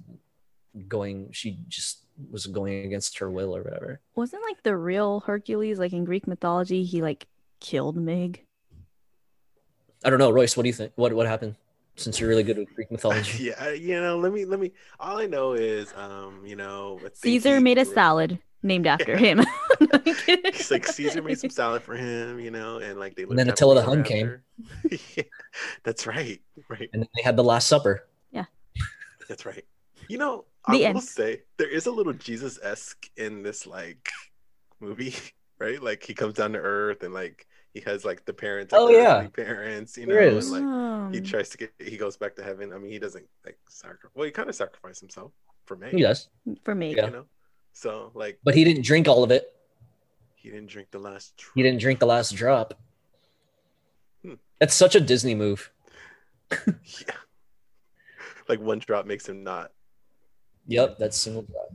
going. She just was going against her will or whatever.
wasn't like the real hercules like in greek mythology he like killed mig
I don't know, Royce. What do you think? What what happened? Since you're really good with Greek
*laughs*
mythology,
yeah, I- you know, let me let me all I know is um, you know, I think
caesar
he
made a
grew-
salad named after him *laughs*
It's like Caesar made some salad for him, you know, and like they
And then
lived
Attila the Hun
happily
came.
ever after. *laughs* yeah, that's right. Right.
and then they had the Last Supper.
That's right. You know, I
The
will
end.
say there is a little Jesus esque in this like movie, *laughs* right? Like he comes down to earth and like he has like the parents, like,
Oh,
the
yeah.
earthly parents, you know,
There is.
and like he
Um,
tries to get he goes back to heaven. I mean, he doesn't like sacrifice. Well, he kind of sacrificed himself for me.
He does,
for mig
Yeah.
You know, so like
but he didn't drink all of it.
he didn't drink the last.
He
drop.
didn't drink the last drop.
Hmm.
That's such a Disney move.
*laughs* Yeah. Like one drop makes him not.
Yep, that's single drop.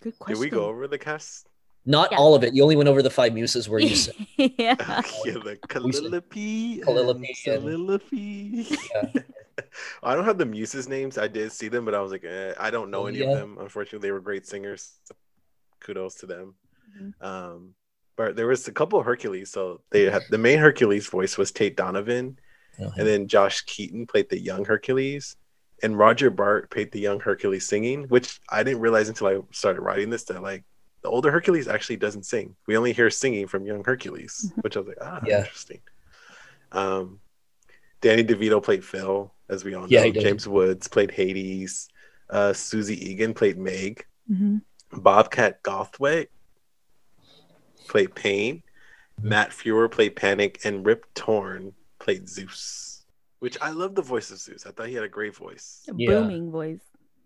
good
Did
question
we go over the cast?
Not
Yeah.
all of it. You only went over the five muses where
*laughs*
you said
yeah
*laughs* yeah, the
*laughs* We said-
Calliope.
Calliope
and
and-
Soliloquy.
Yeah.
*laughs* I don't have the muses' names. I did see them, but I was like, eh, I don't know any
Yeah.
of them. Unfortunately, they were great singers. so Kudos to them.
Mhm.
Um, but there was a couple of Hercules. So they had the main Hercules voice was Tate Donovan,
"Oh, Uh-huh.
and then Josh Keaton played the young Hercules, and Roger Bart played the young Hercules singing, which I didn't realize until I started writing this that like the older Hercules actually doesn't sing. We only hear singing from young Hercules, which I was like, ah,
Mm-hmm. Yeah.
interesting. Um, Danny DeVito played Phil, as we all know.
Yeah, he did.
James Woods played Hades. Uh, Susie Egan played Meg.
Mhm.
Bobcat Gothwait played Pain. Matt Fuhrer played Panic, and Rip Torn played Zeus. Which I love the voice of Zeus. I thought he had a great voice.
A
Yeah.
booming voice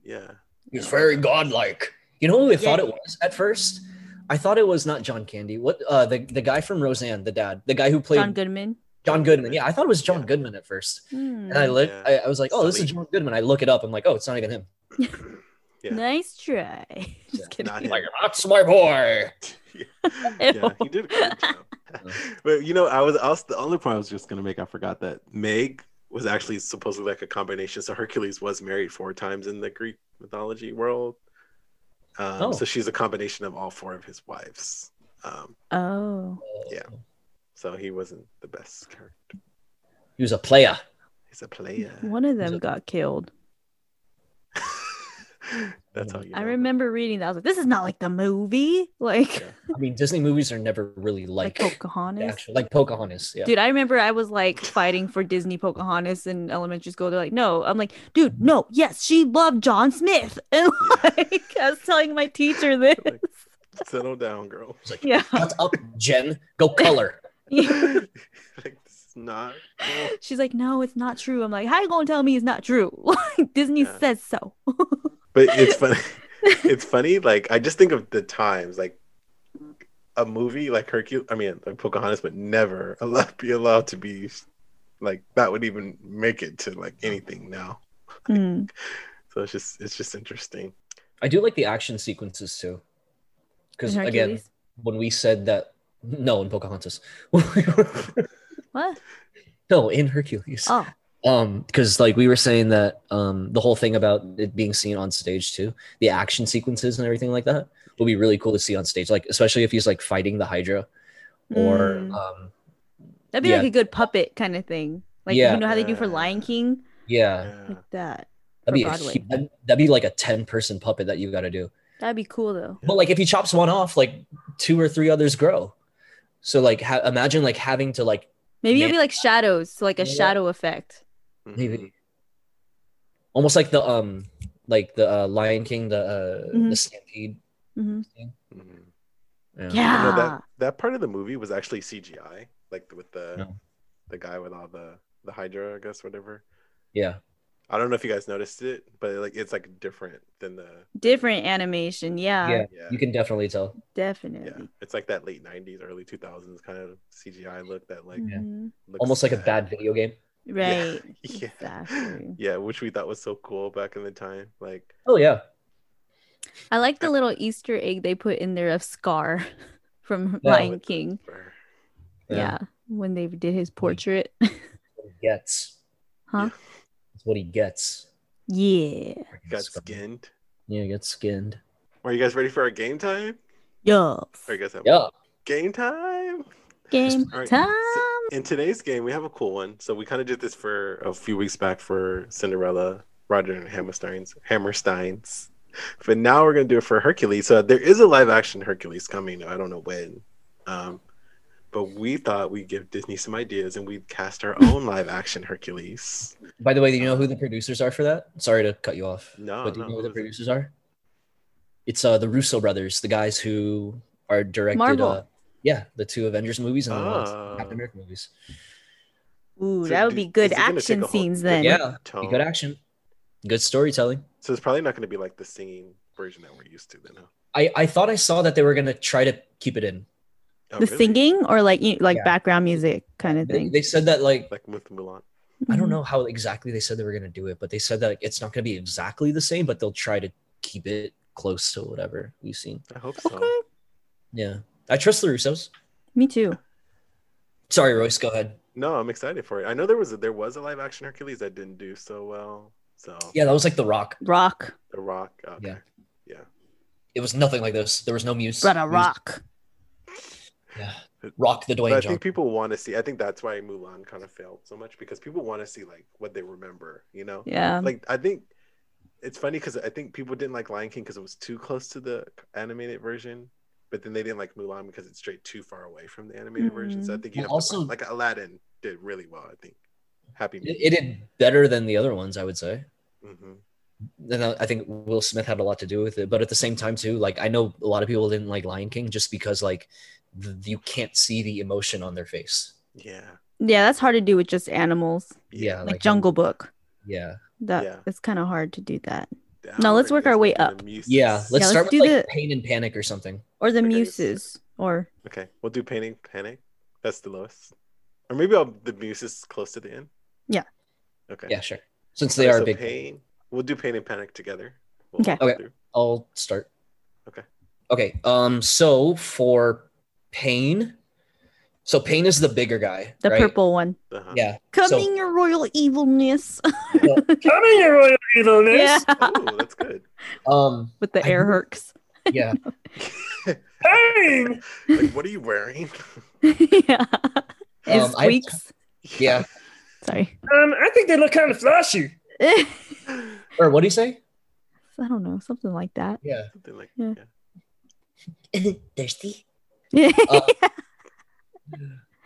Yeah.
He's very godlike. You know who I thought it
Yeah.
was at first? I thought it was not John Candy. What uh the, the guy from Roseanne, the dad, the guy who played
john
John,
goodman
Goodman. Yeah, I thought it was John
Yeah.
Goodman at first.
Hmm.
And I looked,
Yeah.
I, I was like, oh, this is
Silly.
John Goodman. I look it up. I'm like, oh, it's not even him.
Yeah.
Nice try. *laughs* Just
Yeah,
kidding.
Not
I'm
him.
Like, that's my boy.
yeah, he did a great job. but you know, I was also the only point I was just gonna make, I forgot that Meg was actually supposedly like a combination. So Hercules was married four times in the Greek mythology world. Um,
Oh.
So she's a combination of all four of his wives. Um,
*laughs* Oh,
Yeah. so he wasn't the best character.
He was a player.
He's a uh, player.
one of
He's
them
a-
got killed.
*laughs* That's how you.
I
know.
remember reading that. I was like, this is not like the movie. *laughs* Like,
Yeah.
I mean, Disney movies are never really
like
like the
Pocahontas.
actual, like Pocahontas. Yeah.
Dude, I remember I was like fighting for Disney Pocahontas in elementary school. They're like, no. I'm like, dude, no. Yes, she loved John Smith. *laughs* And
Yeah.
like, I was telling my teacher this.
Settle down, girl.
*laughs* Yeah. *laughs*
Shut up, Jen. Go color.
*laughs* like this is not cool.
She's like, no, it's not true. I'm like, how you gonna tell me it's not true? *laughs* Like, Disney
Yeah.
says so.
But it's funny. *laughs* it's funny. Like I just think of the times, like a movie like Hercules. I mean, like Pocahontas would never allow, be allowed to be like that. Would even make it to like anything now.
Mm.
So it's just it's just interesting.
I do like the action sequences too. Because
In
again,
Hercules?
when we said that, no, in Pocahontas, *laughs*
what?
no, in Hercules.
Oh,
um because like we were saying that um the whole thing about it being seen on stage too the action sequences and everything like that will be really cool to see on stage like especially if he's like fighting the hydra or
Mm.
um
that'd be
yeah.
like a good puppet kind of thing. Like
Yeah.
you know how they do for Lion King,
yeah
Yeah.
like that.
that'd be, a
Broadway.
hu- that'd, that'd be like a 10 person puppet that you got to do
That'd be cool though.
but like if he chops one off like two or three others grow so like ha- imagine like having to like
Maybe it'd
Man.
be like shadows, so like a
Yeah.
shadow effect.
Mm-hmm.
maybe almost like the um like the uh, lion king the uh the
Mhm.
stampede
hmm
Mhm.
yeah,
Yeah.
No, that that part of the movie was actually CGI, like with the
No.
the guy with all the the Hydra, I guess, whatever.
yeah.
I don't know if you guys noticed it, but like it's like different than the
Different animation, yeah,
Yeah.
yeah
you can definitely tell
yeah.
definitely.
It's like that late '90s, early 2000s kind of CGI look that like
Yeah.
Mhm.
looks
Mm. almost like a bad video game
*laughs* Yeah.
Right.
*laughs* Yeah.
Exactly.
Yeah, which we thought was so cool back in the time. Like
Oh yeah,
I like the little Easter egg they put in there of Scar *laughs* from
Yeah,
Lion
with the
King.
fur.
Yeah. Mm-hmm.
Yeah. When they did his portrait. *laughs*
he gets.
Huh?
That's what he gets.
Yeah.
got skinned.
Yeah, he gets skinned.
Are you guys ready for our game time? Are you
Yes.
guys have
Yeah.
game time?
Game
All right.
time.
in today's game we have a cool one so we kind of did this for a few weeks back for cinderella roger and hammerstein's hammerstein's but now we're going to do it for hercules so there is a live action hercules coming i don't know when um, but we thought we'd give disney some ideas and we'd cast our own live action hercules
By the way, do you know who the producers are for that? Sorry to cut you off.
No,
But do you
no,
know who the
who is it?
producers are? It's uh the Russo brothers, the guys who are directed.
Marvel.
Uh, yeah, the two Avengers movies and the
Oh.
Captain America movies.
Ooh,
So
that would
do-
be good
is it gonna take a
action
whole- Oh,
scenes then.
Yeah.
Tone.
Good action, good storytelling.
so it's probably not going to be like the singing version that we're used to then huh?
I I thought I saw that they were gonna try to keep it in.
Oh,
The
really?
singing or like you, like
Yeah.
background music kind of
They,
thing.
they said that like
like with mulan
I don't
Mhm.
know how exactly they said they were going to do it, but they said that like, it's not going to be exactly the same, but they'll try to keep it close to whatever we've seen.
i hope so
Mm-hmm. Okay.
Yeah. I trust the Russos.
Me too.
Sorry, Royce, go ahead.
no i'm excited for it i know there was a, there was a live action hercules that didn't do so well so
Yeah, that was like The Rock.
Rock.
The Rock. Okay.
Yeah.
Yeah.
It was nothing like this. There was no muse.
But a
music.
rock.
Yeah. Rock the
But I
Dwayne
think
Johnson.
people want to see. I think that's why Mulan kind of failed so much because people want to see like what they remember. You know,
Yeah.
like I think it's funny because I think people didn't like Lion King because it was too close to the animated version, but then they didn't like Mulan because it's straight too far away from the animated version. So I think you
Mm, Well,
have also
also-
like Aladdin did really well. I think Happy Meal.
It, it did better than the other ones, I would say.
hmm
And I I think Will Smith had a lot to do with it. But at the same time, too, like I know a lot of people didn't like Lion King just because like th- you can't see the emotion on their face.
Yeah.
Yeah, that's hard to do with just animals.
Yeah.
Like,
um,
Jungle Book.
Yeah.
That
Yeah.
it's kind of hard to do that.
Down
No, let's
or
work our
just
way
do the
up.
music?
Yeah, let's
let's
start
do
with
the-
like pain and panic or something.
Or the
Okay.
muses or
Okay, we'll do painting panic. That's the lowest, or maybe I'll the muse is close to the end.
Yeah.
Okay.
Yeah, sure. Since they are
so
big,
Pain. We'll do pain and panic together. We'll
Okay.
walk
Okay.
through.
I'll start.
Okay.
Okay. Um. So for pain, so pain is the bigger guy.
the
right?
purple one.
Uh-huh.
Yeah.
Come
So-
in your royal evilness. *laughs*
Come in here, royal
yeah.
Oh, that's good.
Um.
With the
I
air
knew-
herks.
Yeah.
Pain. like, what are you wearing?
*laughs* yeah. It
Um, I-
squeaks.
*laughs*
*laughs*
Yeah.
Sorry. *laughs*
Um. I think they look kind of flashy.
I
Or what do you say?
don't know, something like that. *laughs*
Yeah.
Something like
Yeah.
Thirsty.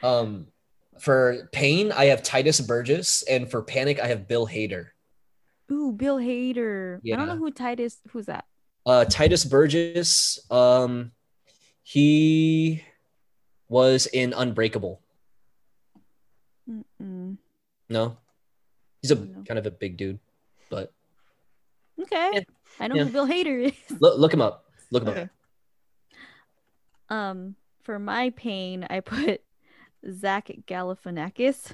Um. For pain, I have Titus Burgess, and for panic, I have Bill Hader.
Ooh, Bill Hader. I don't
Yeah.
know who Titus who's that.
uh Titus Burgess. Um He was in Unbreakable.
Mm-mm.
No, he's a
Oh, No.
kind of a big dude, but
Okay.
Yeah.
I know
Yeah.
who Bill Hader is. *laughs*
look, look him up. Look him
Okay.
up.
Um, for my pain, I put *laughs* Zach Galifianakis,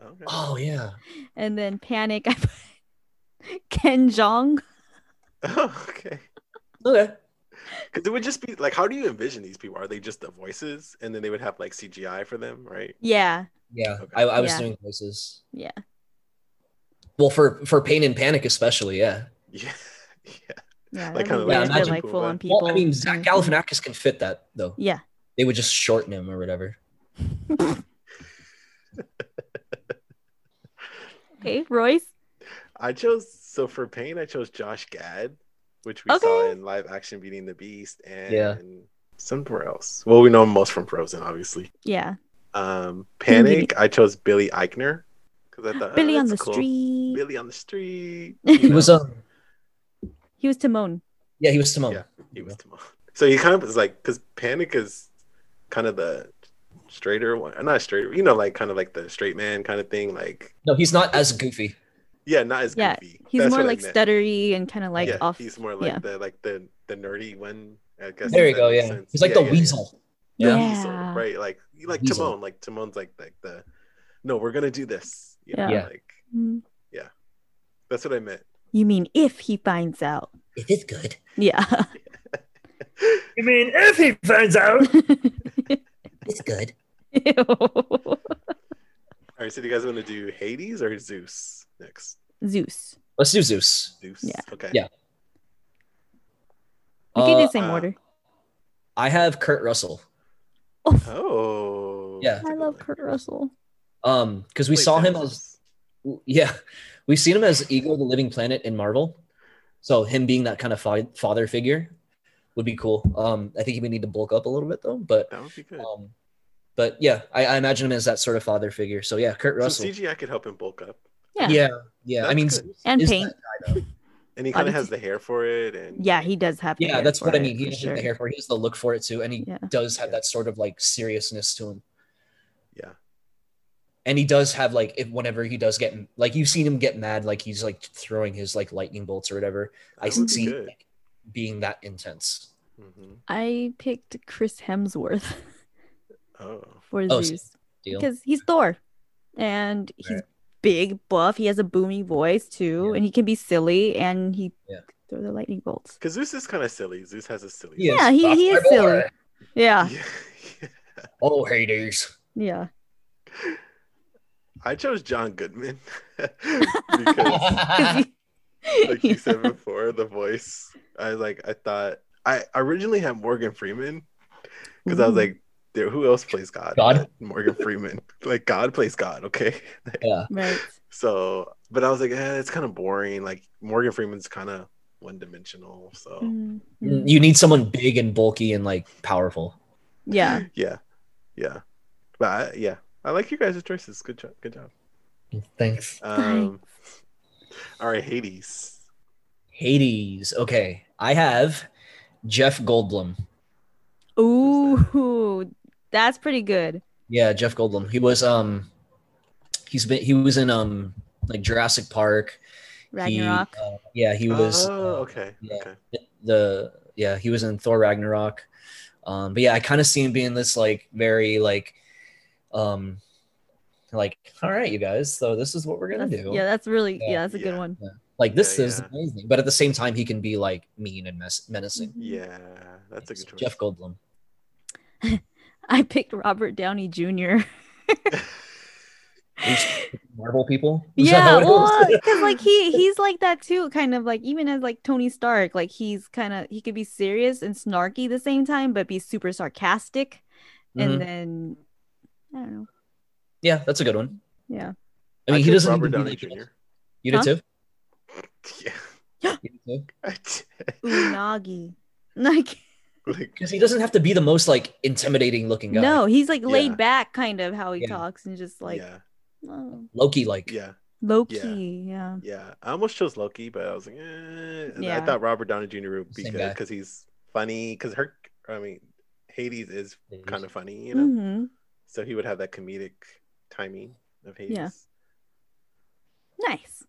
Okay. *laughs*
Oh yeah,
and then panic, *laughs* I put Ken Jong.
okay.
okay.
Because it would just be like, how do you envision these people? Are they just the voices, and then they would have like CGI for them, right? *laughs*
Yeah,
Yeah,
Okay.
I, I was
Yeah.
doing voices.
Yeah.
Well, for for pain and panic especially, yeah.
Yeah, yeah.
yeah,
Like
that'd
kinda
be
like
weird, but,
Imagine
like
Pumbaa.
full on people.
Well, I mean, Zach
Mhm.
Galifianakis can fit that though.
Yeah,
They would just shorten him or whatever.
okay, Royce.
I chose so for pain, I chose Josh Gad, which we saw
Okay.
in live action Beating the Beast, and
Yeah.
somewhere else. Well, we know him most from Frozen, obviously.
Yeah,
Um, Panic, I chose Billy Eichner because I thought oh,
Billy on the
that's cool.
street.
Billy on
*laughs*
the street.
He was um
He was Timon.
yeah he was Timon.
Yeah. He was Timon. So he kind of was like, because Panic is kind of the straighter one, not straighter, you know, like kind of like the straight man kind of thing. Like,
No, he's not as goofy.
yeah, not as
Yeah,
goofy.
He's
That's
more
what I
like
meant.
stuttery and kind of like
yeah,
off.
He's more like
yeah.
the like the the nerdy one. I guess
There you
that
go.
makes
Yeah,
sense.
he's like
Yeah,
the
yeah, yeah.
weasel. Yeah.
Yeah.
Weasel, right. Like you like
Weasel.
Timon. Like Timon's like like the no, we're gonna do this. You know,
Yeah.
Like
Mm.
that's what I meant.
You mean if he finds out?
It is good.
Yeah. *laughs*
You mean if he finds out, it's good.
Ew.
All right. So do you guys want to do Hades or Zeus next?
Zeus.
Let's do Zeus.
Zeus.
Yeah.
Okay.
Yeah.
We can do
Uh,
the same
uh,
order.
I have Kurt Russell.
Oh.
Yeah.
that's a
I
good
love
one.
Kurt Russell.
Um, because we
Wait,
saw him
Thanos.
as yeah, we've seen him as Ego the Living Planet in Marvel. So him being that kind of fa- father figure would be cool. Um, I think he would need to bulk up a little bit though, but
That would be good.
um, but yeah, I, I imagine him as that sort of father figure. So yeah, Kurt
So
Russell.
CGI could help him bulk up.
Yeah.
yeah, yeah. I
That's
mean,
good.
And
is that-
paint.
and he kind
obviously-
of has the hair for it, and
Yeah, he does have. the
yeah,
hair
that's what
for
I
it,
mean. He
for
has the hair for it. He has the look for it too, and he
Yeah.
does have
Yeah.
that sort of like seriousness to him.
yeah,
And he does have like if whenever he does get like you've seen him get mad, like he's like throwing his like lightning bolts or whatever. I
That would be
see him,
good.
like, being that intense.
hmm
I picked Chris Hemsworth *laughs*
Oh,
for
Oh,
Zeus
Deal.
because he's Thor, and he's
Right.
big, buff. He has a boomy voice too,
Yeah.
and he can be silly, and he
Yeah.
throw the lightning bolts.
because Zeus is kind of silly. Zeus has a silly.
He is
Yeah, he- he is
Rocky
silly.
Balboa.
Yeah,
*laughs* yeah.
Oh,
*laughs*
Hades.
yeah.
I chose John Goodman *laughs* because,
'Cause he- *laughs*
like you said before, the voice. I like. I thought I originally had Morgan Freeman because I was
Ooh.
like, "There, who else plays God?
God.
but Morgan Freeman. *laughs* like God plays God. Okay. *laughs*
yeah.
*laughs* right.
So, but I was like, eh, it's kind of boring. Like Morgan Freeman's kind of one dimensional. So
Mm,
*laughs*
mm.
You need someone big and bulky and like powerful.
Yeah,
yeah, yeah. But I, yeah, I like you guys' choices. Good job. Good job.
Thanks.
Um, all right, Hades.
Hades. Okay. I have Jeff Goldblum.
ooh, that's pretty good.
Yeah, Jeff Goldblum. He was um he's been he was in um like Jurassic Park. He,
Ragnarok.
uh, yeah, he was
oh,
uh,
okay.
yeah.
Okay.
the yeah, he was in Thor Ragnarok. Um but yeah, I kind of see him being this like very like um like all right, you guys, so this is what we're going to
That's-
do.
yeah, that's really yeah,
Yeah.
that's a
Yeah.
good one.
Like this
Yeah,
is
yeah.
amazing, but at the same time, he can be like mean and mes-
Mm-hmm.
menacing.
Mm.
Yeah, that's a good
So
choice.
Jeff Goldblum.
I picked Robert Downey Jr.
*laughs* Marvel people. Is that
yeah,
how it *laughs*
well,
is?
because like he he's like that too, kind of like even as like Tony Stark, like he's kind of he could be serious and snarky the same time, but be super sarcastic,
Mhm.
and then I don't know,
yeah, that's a good one.
yeah.
I mean, he
chose
doesn't.
Robert
need to be
Downey
like-
Jr.
You did
Huh?
too.
*laughs* Yeah.
You did too.
I did.
Unagi, *laughs*
*laughs*
like
*laughs* like,
Because he doesn't have to be the most like intimidating looking guy.
no, he's like laid
Yeah.
back, kind of how he
Yeah.
talks, and just like
yeah,
oh,
Loki like.
yeah,
low key, yeah.
yeah. I almost chose Loki, but I was like, eh. And I
Yeah.
thought Robert Downey Jr. would be
Same
good
guy.
because he's funny. Because her, I mean, Hades is kind of funny, you know.
hmm
So he would have that comedic timing of Hades.
Yeah. Nice.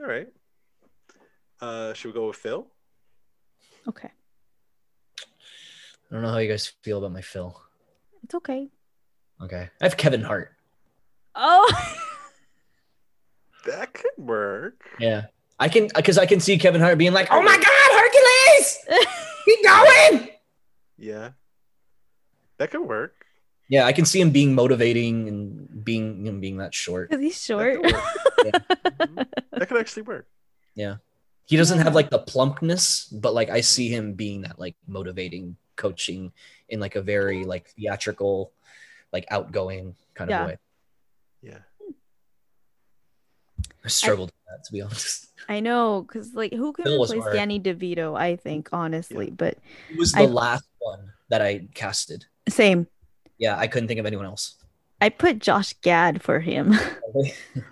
All right. Uh, should we go with Phil?
Okay.
I don't know how you guys feel about my Phil. *laughs*
It's okay.
Okay, I have Kevin Hart.
Oh, *laughs*
That could work.
Yeah, I can because I can see Kevin Hart being like, "Oh my God, Hercules, keep going."
Yeah. That could work.
Yeah, I can see him being motivating and being him being that short.
because he's short. *laughs*
That could, work. Mhm. That could actually work.
He doesn't have like the plumpness, but like I see him being that like motivating, coaching in like a very like theatrical, like outgoing kind
Yeah.
of way.
Yeah.
I struggled with that to be honest.
I know, because like who can
Phil was
replace
hard.
Danny DeVito? I think honestly, but
It was the
I-
last one that I casted.
same.
Yeah, I couldn't think of anyone else.
I put Josh Gad for him. *laughs*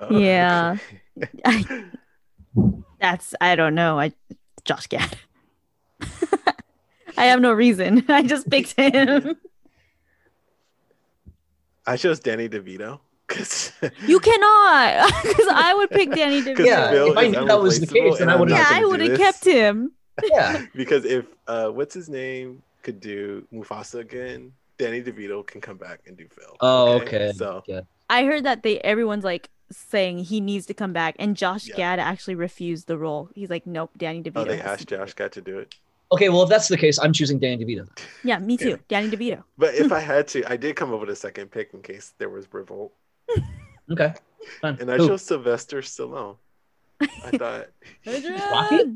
Oh,
Yeah. I-
okay.
That's I don't know. I Josh Gad. *laughs* I have no reason. *laughs* I just picked him.
*laughs* I chose Danny DeVito *laughs* because
*laughs* You cannot, *laughs* because I would pick
*laughs*
Danny DeVito.
Yeah, if I knew that was the case, then I would've-
yeah, I would have kept him.
*laughs* Yeah.
Because if uh, what's his name could do Mufasa again, Danny DeVito can come back and do Phil.
Oh, okay.
So
Yeah.
I heard that they everyone's like saying he needs to come back, and Josh
Yeah.
Gad actually refused the role. He's like, nope, Danny DeVito.
oh, they
has
asked
to do
Josh
it."
got to do it.
Okay, well if that's the case, I'm choosing Danny DeVito.
Yeah, me too. Danny DeVito.
But if I had to, I did come up with a second pick in case there was revolt,
Okay. Fine.
and I
Who?
chose Sylvester Stallone. I
*laughs*
thought, *laughs*
Rocket?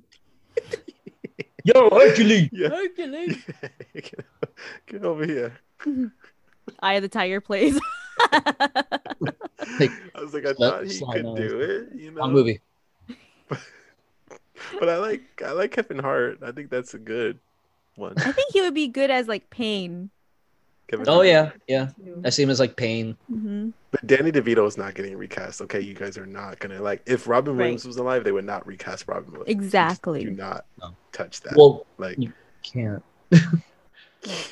Yo, Hercules.
yeah, *laughs* get, get over here.
*laughs* Eye of the Tiger *laughs* plays.
Like,
I was like, I
let
thought he
slide
could
on.
do it, you know.
Wrong movie.
*laughs* But I like, I like Kevin Hart. I think that's a good one.
I think he would be good as like Pain.
Kevin
Oh
Hart.
yeah, yeah. I see him as like pain.
hmm
But Danny DeVito is not getting recast. Okay, you guys are not gonna like. If Robin
Right.
Williams was alive, they would not recast Robin Williams.
Exactly.
Do not
No.
touch that.
Well,
like
you- can't.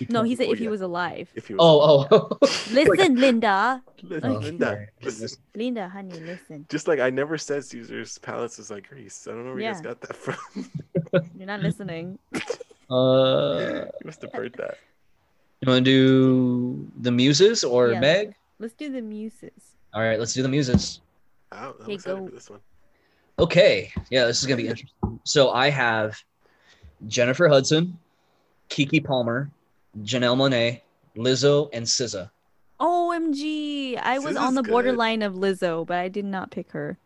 No, he said
Well,
if he
yeah.
was alive.
if *laughs* he was.
Oh, oh.
Listen, Linda.
Listen,
Oh,
Linda,
sorry.
listen.
Linda, honey, listen.
Just like I never said Caesar's Palace is like Greece. I don't know where you guys
Yeah.
got that from. *laughs*
You're not listening.
uh,
you must
*laughs*
have heard that.
you want to do the Muses or
Yeah.
Meg?
Let's do the muses.
All right, let's do the Muses.
I don't, I'm
Okay,
excited
go.
for this one.
Okay, yeah, this is gonna be interesting. So I have Jennifer Hudson, Kiki Palmer, Janelle Monet, Lizzo, and SZA.
OMG. I was
Sis
on
is
the
good.
borderline of Lizzo, but I did not pick her.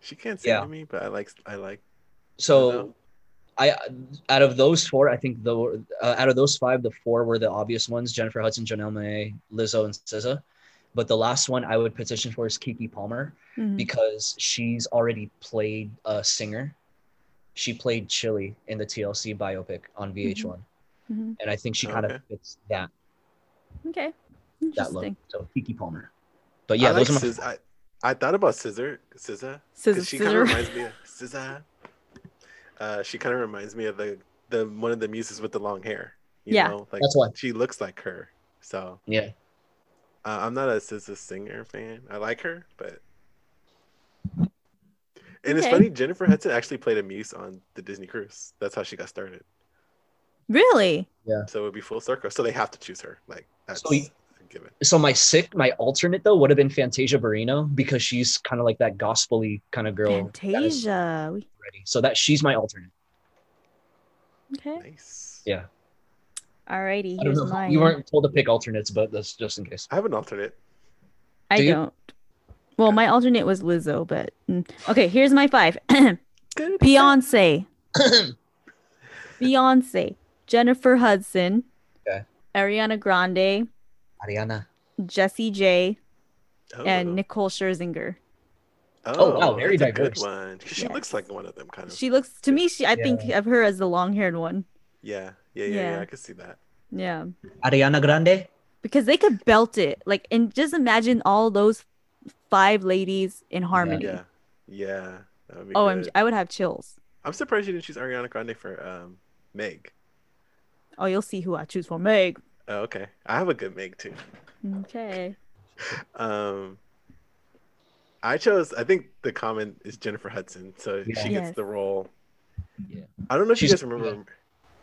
She can't sing
Yeah.
to me, but I like. I like.
So I out of those four, I think the uh, out of those five, the four were the obvious ones: Jennifer Hudson, Janelle Monáe, Lizzo, and SZA. But the last one I would petition for is Kiki Palmer
Mhm.
because she's already played a singer. She played Chili in the TLC biopic on VH1,
Mhm.
and I think she kind of
Okay.
fits that
Okay.
that look.
Interesting.
So Kiki Palmer. But
yeah,
yeah,
I, like
those are my.
Sis- I, I thought about Scissor, Scissor,
Scissor.
because she kind of
scissor. *laughs*
reminds me of SZA. Uh, she kind of reminds me of the the one of the muses with the long hair. You
Yeah.
know? like
That's why.
she looks like her. So
Yeah,
uh, I'm not a SZA singer fan. I like her, but and it's
Okay.
funny. Jennifer Hudson actually played a muse on the Disney cruise. That's how she got started.
Really?
So it would be full circle. So they have to choose her. Like that's
So you-
a given.
so my sick, my alternate though would have been Fantasia Barrino because she's kind of like that gospely kind of girl. that is
Fantasia. We-
already. So that she's my alternate.
Okay.
Nice.
Yeah.
Alrighty.
I don't
Here's
know.
mine.
You weren't told to pick alternates, but that's just in case.
I have an alternate.
I
Do you?
don't. Well, my alternate was Lizzo, but mm. okay, here's my five. *clears throat*
Good. *coughs*
Beyonce. Beyonce. Jennifer Hudson.
Okay.
Ariana Grande.
Ariana.
Jesse J.
Oh.
And Nicole Scherzinger.
Oh, wow, very
that's a good
diverse.
one. 'Cause She
Yes.
looks like one of them, kind of.
She looks to me, she I think of her as the long haired one.
Yeah, yeah, yeah, yeah,
Yeah.
I could see that.
Yeah.
Ariana Grande.
Because they could belt it. Like and just imagine all those five ladies in harmony.
Yeah, yeah. That would be
Oh,
good.
I'm, I would have chills.
I'm surprised you didn't choose Ariana Grande for um Meg.
Oh, you'll see who I choose for. Meg.
Oh, okay. I have a good MIG too.
Okay.
Um, I chose. I think the comment is Jennifer Hudson, so
Yeah.
she gets
Yes.
the role.
Yeah.
I don't know if you
She's-
guys remember.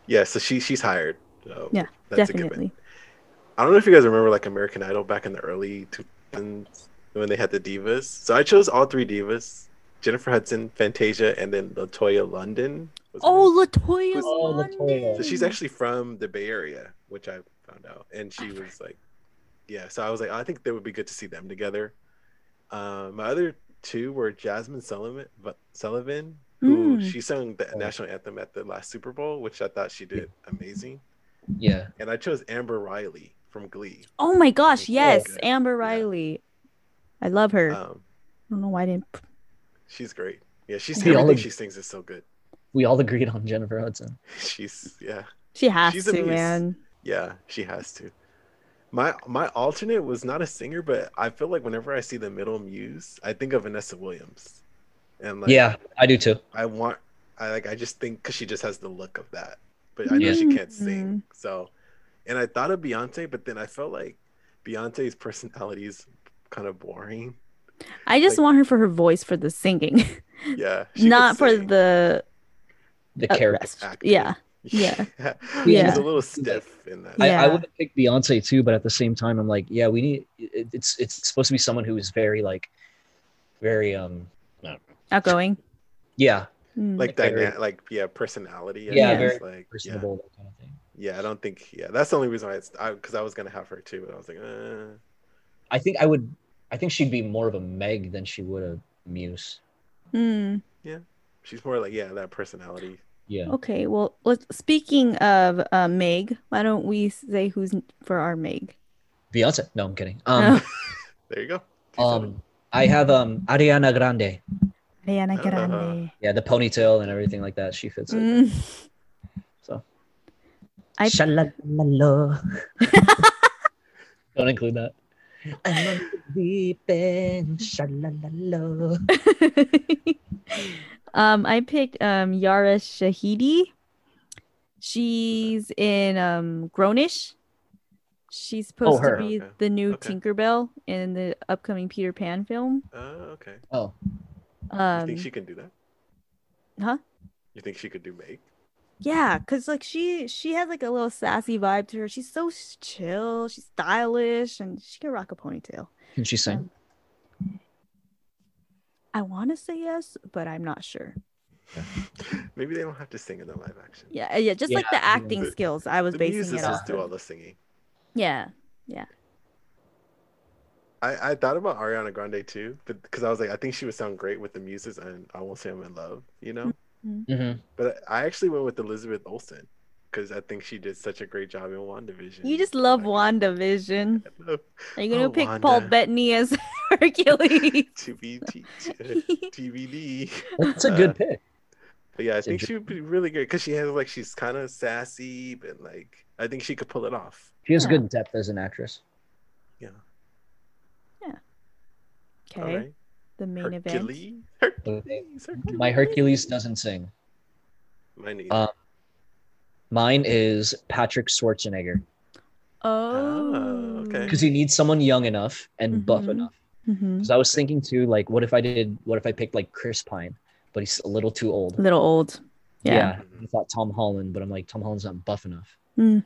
Yeah. so she she's hired. So
Yeah,
that's a good.
Definitely.
I don't know if you guys remember like American Idol back in the early 2000s when they had the divas. So I chose all three divas: Jennifer Hudson, Fantasia, and then Latoya London. was her name.
Oh, Latoya.
Oh, Latoya.
London.
So she's actually from the Bay Area, which I found out, and she was like, yeah. So I was like, I think that would be good to see them together. Um, my other two were Jasmine Sullivan, Sullivan, who
Mm.
she sung the national anthem at the last Super Bowl, which I thought she did amazing.
Yeah.
And I chose Amber Riley from Glee.
Oh my gosh,
Oh,
yes,
good.
Amber Riley. I love her. I
Um,
don't know why I didn't. p-
she's great. Yeah, she's
We all
everything
ag-
she sings is so good. *laughs*
We all agreed on Jennifer Hudson.
She's yeah.
She has
She's a
to,
beast.
man.
Yeah, she has to. My my alternate was not a singer, but I feel like whenever I see the middle muse, I think of Vanessa Williams, and like
yeah, I do too.
I want I like I just think because she just has the look of that, but I know she
Yeah.
can't sing. So, and I thought of Beyonce, but then I felt like Beyonce's personality is kind of boring. *laughs*
I just
Like-
want her for her voice for the singing,
Yeah, she
*laughs*
could
not for
*laughs* sing,
the
The
uh,
character.
rest.
acting.
Yeah. Yeah.
She's
Yeah.
a little stiff in that.
I,
Yeah.
I would have picked Beyonce too, but at the same time, I'm like, yeah, we need. It, it's it's supposed to be someone who is very like, very um,
Outgoing.
yeah,
Mm.
*laughs* like
Very-
dyna- like yeah, personality. I
Yeah,
guess,
very
like, yeah.
personable that kind of thing.
Yeah, I don't think. Yeah, that's the only reason why it's because I, was gonna have her too, but I was like, uh,
I think I would. I think she'd be more of a Meg than she would a Muse.
Mm.
she's more like yeah, that personality.
Yeah.
Okay, well, let's, speaking of uh, Meg, why don't we say who's n- for our Meg?
Beyonce. No, I'm kidding.
*laughs* Oh.
Um,
There you go.
um, I have um Ariana Grande.
Ariana
Uh,
Grande.
Yeah, the ponytail and everything like that. She fits it.
Mm.
So.
I- *laughs*
Shalalala. Don't include that. I'm on the deep end. Shalalala.
*laughs* um, I picked um Yara Shahidi. She's in um Grownish. She's supposed
her.
to be
Okay.
the new
Okay.
Tinkerbell in the upcoming Peter Pan film.
Oh, okay.
Oh,
You
Um,
think she can do that?
huh?
You think she could do Meg?
Yeah, cause like she she has like a little sassy vibe to her. She's so s- chill. She's stylish, and she can rock a ponytail.
can she sing?
I want to say yes, but I'm not sure.
Maybe they don't have to sing in the live action.
Yeah, uh, yeah, just like
Yeah,
the acting
the-
skills. I was
the
basing
muses
it off.
just do
of.
all the singing.
Yeah,
I, I thought about Ariana Grande too, but because I was like, I think she would sound great with the muses, and I won't say I'm in love, you know.
Mm-hmm.
But I actually went with Elizabeth Olsen because I think she did such a great job in WandaVision.
you just love
Like,
WandaVision.
I love-
Are you gonna
Oh,
pick Paul
Wanda.
Bettany as *laughs* Hercules?
*laughs* to be *laughs* t- TBD.
*laughs* That's a good pick.
But yeah, I think
Did
she would be really great because she has like she's kind of sassy, but like I think she could pull it off.
She has
Yeah.
good depth as an actress.
okay,
All right,
the main event.
Hercules. Hercules, Hercules.
My Hercules doesn't sing.
My knee.
Uh, Mine is Patrick Schwarzenegger
Oh,
Ah, okay.
because you need someone young enough and buff
Mhm.
enough.
Mhm.
Because I was thinking too, like, what if I did? What if I picked like Chris Pine, but he's a little too old.
little old. Yeah.
I thought Tom Holland, but I'm like Tom Holland's not buff enough.
yeah,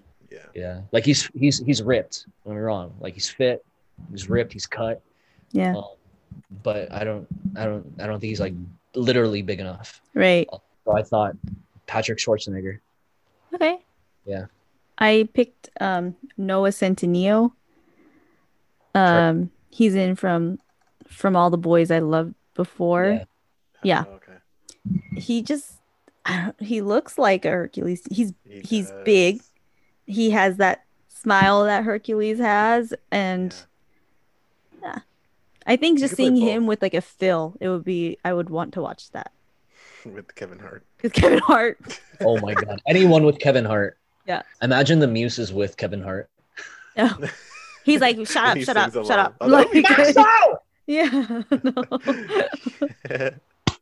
Yeah, like he's he's he's ripped. Don't get me wrong. Like he's fit, he's ripped, he's cut.
Yeah.
Um, but I don't, I don't, I don't think he's like literally big enough.
Right.
So I thought Patrick Schwarzenegger.
Okay.
Yeah.
I picked um Noah Centineo. Um, he's in from from all the boys I loved before. Yeah.
Oh, okay.
He just I don't, he looks like a Hercules. He's
He
He's big,
does.
he has that smile that Hercules has, and
Yeah.
I think
You
just
could play
seeing him
both.
with like a fill, it would be I would want to watch that
*laughs* with Kevin Hart.
with *laughs* Kevin Hart.
Oh my god! Anyone with Kevin Hart.
Yeah.
Imagine the muses with Kevin
*laughs*
Hart.
He's like, shut up,
He
shut up,
sings
shut
along.
up. *laughs*
Oh, that would be
Like-
*laughs* great.
yeah, *laughs* no.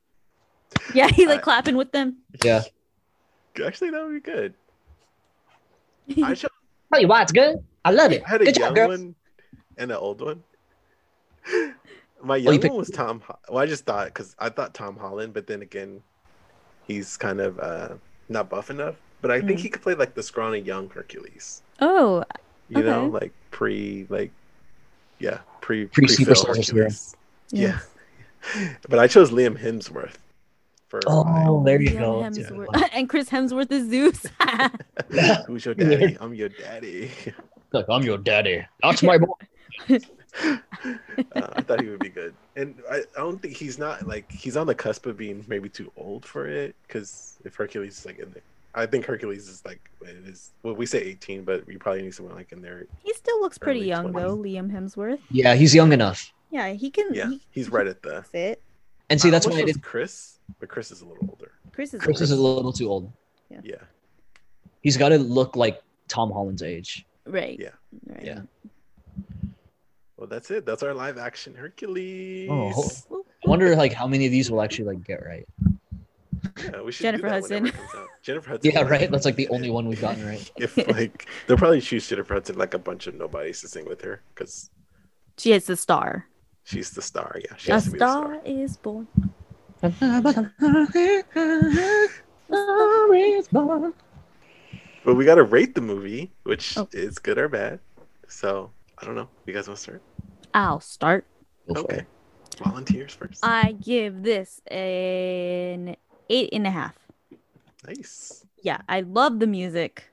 yeah, he's like
I-
clapping with them.
Yeah.
*laughs*
Actually, that would be good. I chose
Tell you why it's good. I love it.
I had a
Good
young
job, girl.
one and an old one. *laughs*
Oh,
My young
picked-
one was Tom. Ho- Well, I just thought because I thought Tom Holland, but then again, he's kind of uh, not buff enough. But I think
Mm.
he could play like the scrawny young Hercules.
Oh,
You know,
Okay.
like pre, like yeah, pre
Pre
pre-Phil
Superstars or something.
Hercules. Yeah. *laughs* but I chose Liam Hemsworth for
*laughs* Oh, there you
Liam
go.
Hemsworth. *laughs* and Chris Hemsworth is Zeus. *laughs*
my, who's your daddy? I'm your daddy. *laughs*
Look, I'm your daddy. That's my boy.
uh, I thought he would be good, and I, I don't think he's not like he's on the cusp of being maybe too old for it. Because if Hercules is like in the, I think Hercules is like it is. Well, we say eighteen, but you probably need someone like in there.
he still looks pretty
Early
young though, Liam Hemsworth.
Yeah, he's young enough.
Yeah, he can.
Yeah,
He
he's right at the.
can fit.
And see, that's
I
why
wish
I
it was
did.
Chris, but Chris is a little older.
Chris is.
Chris is a little too old.
Yeah,
He's got to look like Tom Holland's age.
right.
Yeah.
Right.
Yeah.
well, that's it. That's our live action Hercules.
Oh.
Well,
I wonder like how many of these will actually like get right.
Yeah, we should
Jennifer
do that whenever
Hudson.
it comes out. Jennifer Hudson.
Yeah, right. That's like the only one we've gotten right.
*laughs* If like they'll probably choose Jennifer Hudson like a bunch of nobodies to sing with her because
She is the star.
she's the star. Yeah, she
A
has to be the star.
star is born.
But we gotta rate the movie, which
Oh.
is good or bad. So I don't know. You guys want to start?
I'll start.
Okay. Volunteers first.
I give this an eight and a half.
nice.
Yeah, I love the music.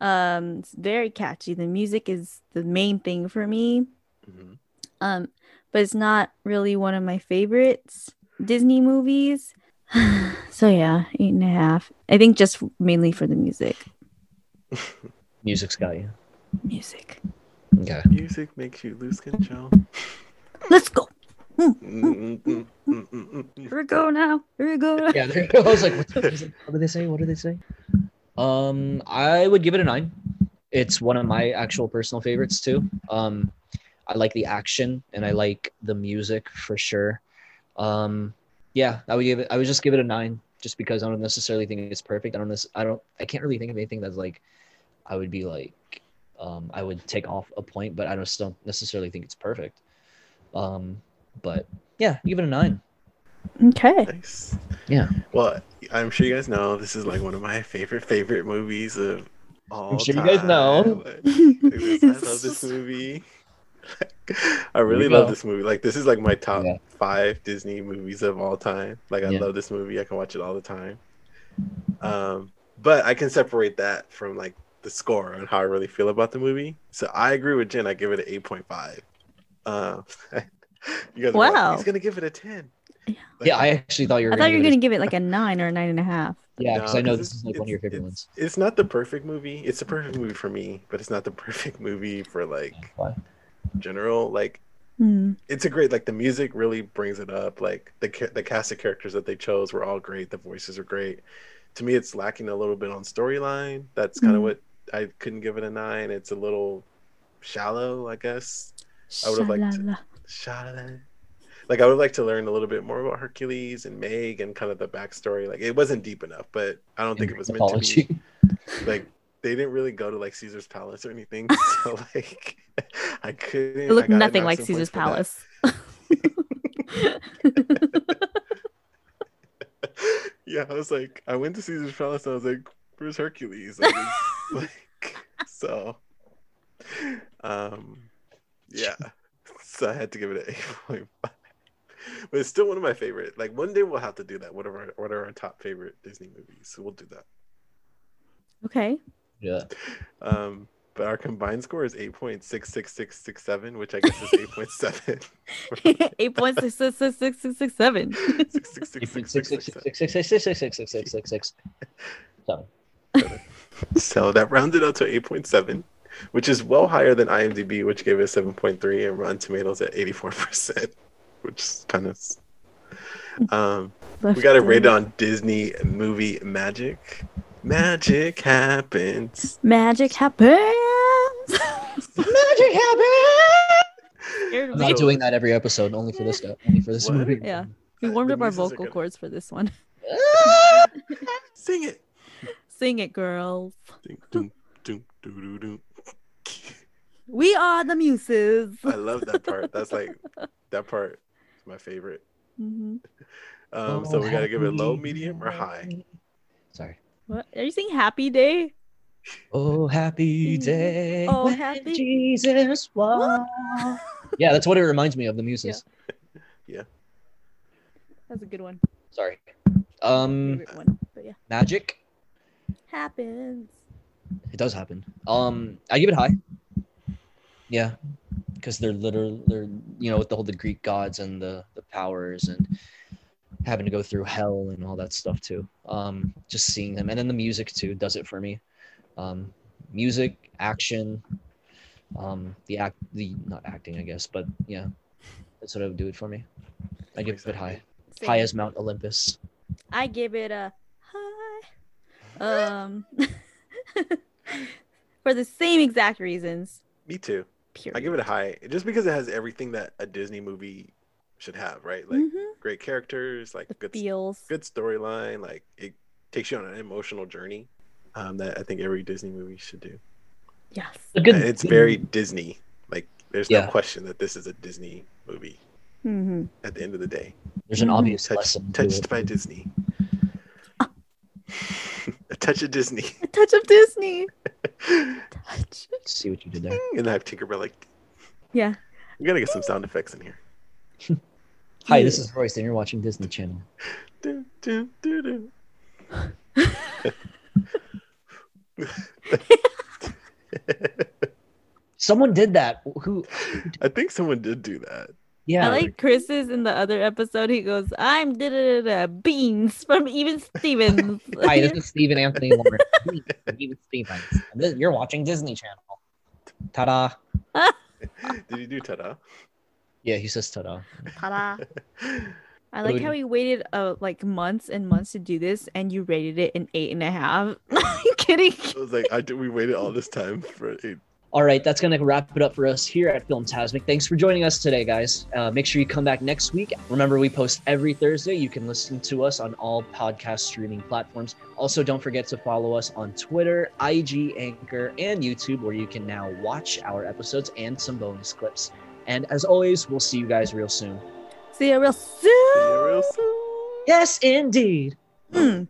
Um, it's very catchy. The music is the main thing for me.
Mhm.
Um, but it's not really one of my favorites Disney movies. *sighs* so yeah, eight and a half. I think just mainly for the music.
Music's got you.
Music.
Okay.
Music makes you lose control.
Let's go.
Mm, mm, mm, mm, mm, mm.
Here we go now. Here we go.
Yeah. There *laughs* I was like, what's what do they say? What do they say? Um, I would give it a nine. It's one of my actual personal favorites too. Um, I like the action and I like the music for sure. Um, yeah, I would give it. I would just give it a nine, just because I don't necessarily think it's perfect. I don't. This. I don't. I can't really think of anything that's like. I would be like. Um, I would take off a point, but I don't still necessarily think it's perfect. Um, but yeah, give it a nine.
*laughs*
Okay. *laughs*
Nice.
Yeah.
Well, I'm sure you guys know this is like one of my favorite favorite movies of all
I'm sure you guys know.
time.
*laughs*
Because I love this movie. I really
you
love
go.
this movie. Like this is like my top
Yeah.
five Disney movies of all time. Like I
Yeah.
love this movie. I can watch it all the time. Um, but I can separate that from like the score and how I really feel about the movie. So I agree with Jen. I give it an eight point five. *laughs* Um, you guys are like,
Wow.
he's gonna give it a ten.
Yeah.
Like,
Yeah, I actually thought you were.
I thought you were
give it a
gonna give it like a nine or a nine and a half.
Yeah, because I
No,
know
uh,
this
'cause it's-
is like one of
it's-
your favorite ones.
it's- It's not the perfect movie. It's a perfect movie for me, but it's not the *laughs* perfect movie for like
Why?
general. Like
Hmm.
it's a great like the music really brings it up. Like the ca- the cast of characters that they chose were all great. The voices are great. To me, it's lacking a little bit on storyline. That's kind of
Mhm.
what I couldn't give it a nine. It's a little shallow, I guess. I would've liked to-
Shalala.
Shallow. Like I would like to learn a little bit more about Hercules and Meg and kind of the backstory. Like it wasn't deep enough, but I don't think it was meant to be.
Mythology.
like they didn't really go to like Caesar's Palace or anything. *laughs* So like *laughs* I couldn't.
It looked
I gotta
nothing
knock
like
some
Caesar's
points for that.
Palace.
*laughs* yeah, I was like, I went to Caesar's Palace and I was like, where's Hercules? Like, it's, like *laughs* so. Um, yeah. *laughs* So I had to give it an eight point five. But it's still one of my favorite. Like one day we'll have to do that. What are our, what are our top favorite Disney movies? So we'll do that.
okay.
*laughs*
*laughs*
Yeah.
Um, but our combined score is 8.66667, which I guess is *laughs* 8.7.
Eight point six six six six six six seven.
6666667. *laughs*
So,
So that rounded out to 8.7, which is well higher than IMDb, which gave it 7.3, and Rotten Tomatoes at 84%, which is kind of. Um, we got it rated on Disney movie Magic. Magic happens.
Magic happens.
*laughs*
Magic happens.
Scared
I'm
me.
not doing that every episode, only for this. uh, Only for this
What?
movie.
Yeah. we warmed
The
up our
muses are
vocal
good.
cords for this one.
Sing it.
Sing it, girls.
Ding, dum, dum, doo, doo, doo.
We are the
*laughs*
muses.
I love that part. That's like that part is my favorite.
Mhm.
Um,
Oh,
so we gotta give it low,
happy
medium, or high.
day. Sorry.
What are you saying? Happy day.
Oh, happy
Mhm.
day.
Oh,
when
happy-
Jesus
What?
was. Yeah, that's what it reminds me of the Muses.
That's a good one.
Sorry.
Mm.
Um,
Favorite one. But yeah,
magic.
happens.
It does happen. Um, I give it high. Yeah, because they're literally they're you know with the whole the Greek gods and the the powers and having to go through hell and all that stuff too. Um, just seeing them and then the music too does it for me. Um, music, action, um, the act, the not acting, I guess, but yeah, that's what I would do it for me. I give it high,
Same.
high as Mount Olympus.
I give it a high. Um, *laughs* for the same exact reasons.
Me too.
Period.
I give it a high just because it has everything that a Disney movie should have, right? Like
Mhm.
great characters, like
The
good
feels.
good storyline. Like it takes you on an emotional journey um, that I think every Disney movie should do.
Yes.
Good.
And it's very Disney. Like there's
Yeah.
no question that this is a Disney movie.
Mm-hmm.
hmm
At the end of the day,
There's an
Mhm.
obvious
touched
lesson. to
touched
it.
by Disney. *laughs* a touch of Disney.
A touch of Disney.
*laughs* and
Touch.
See what you did there.
I have Tinkerbell like
Yeah.
we gotta get some sound effects in here.
Hi, this is Royce, and you're watching Disney Channel.
Dun, dun, dun, dun.
*laughs* Someone did that. Who?
I think someone did do that.
Yeah.
I like Chris's in the other episode. He goes, "I'm da da da da beans from Even Stevens."
*laughs* Hi, this is Stephen Anthony Lauren. Stephen Stevens. And this- You're watching Disney Channel. Ta-da!
Did he do ta-da?
Yeah, he says ta-da.
*laughs* Ta-da. I
What
like
do
how
we-
he waited uh, like months and months to do this, and you rated it an eight and a half. *laughs* Kidding.
I was like, I did, we waited all this time for it.
All right, that's gonna wrap it up for us here at Filmtasmic. Thanks for joining us today, guys. Uh, make sure you come back next week. Remember, we post every Thursday. You can listen to us on all podcast streaming platforms. Also, don't forget to follow us on Twitter, IG, Anchor, and YouTube, where you can now watch our episodes and some bonus clips. And as always, we'll see you guys real soon.
See you real
See
soon.
you real soon.
Yes, indeed.
Mm.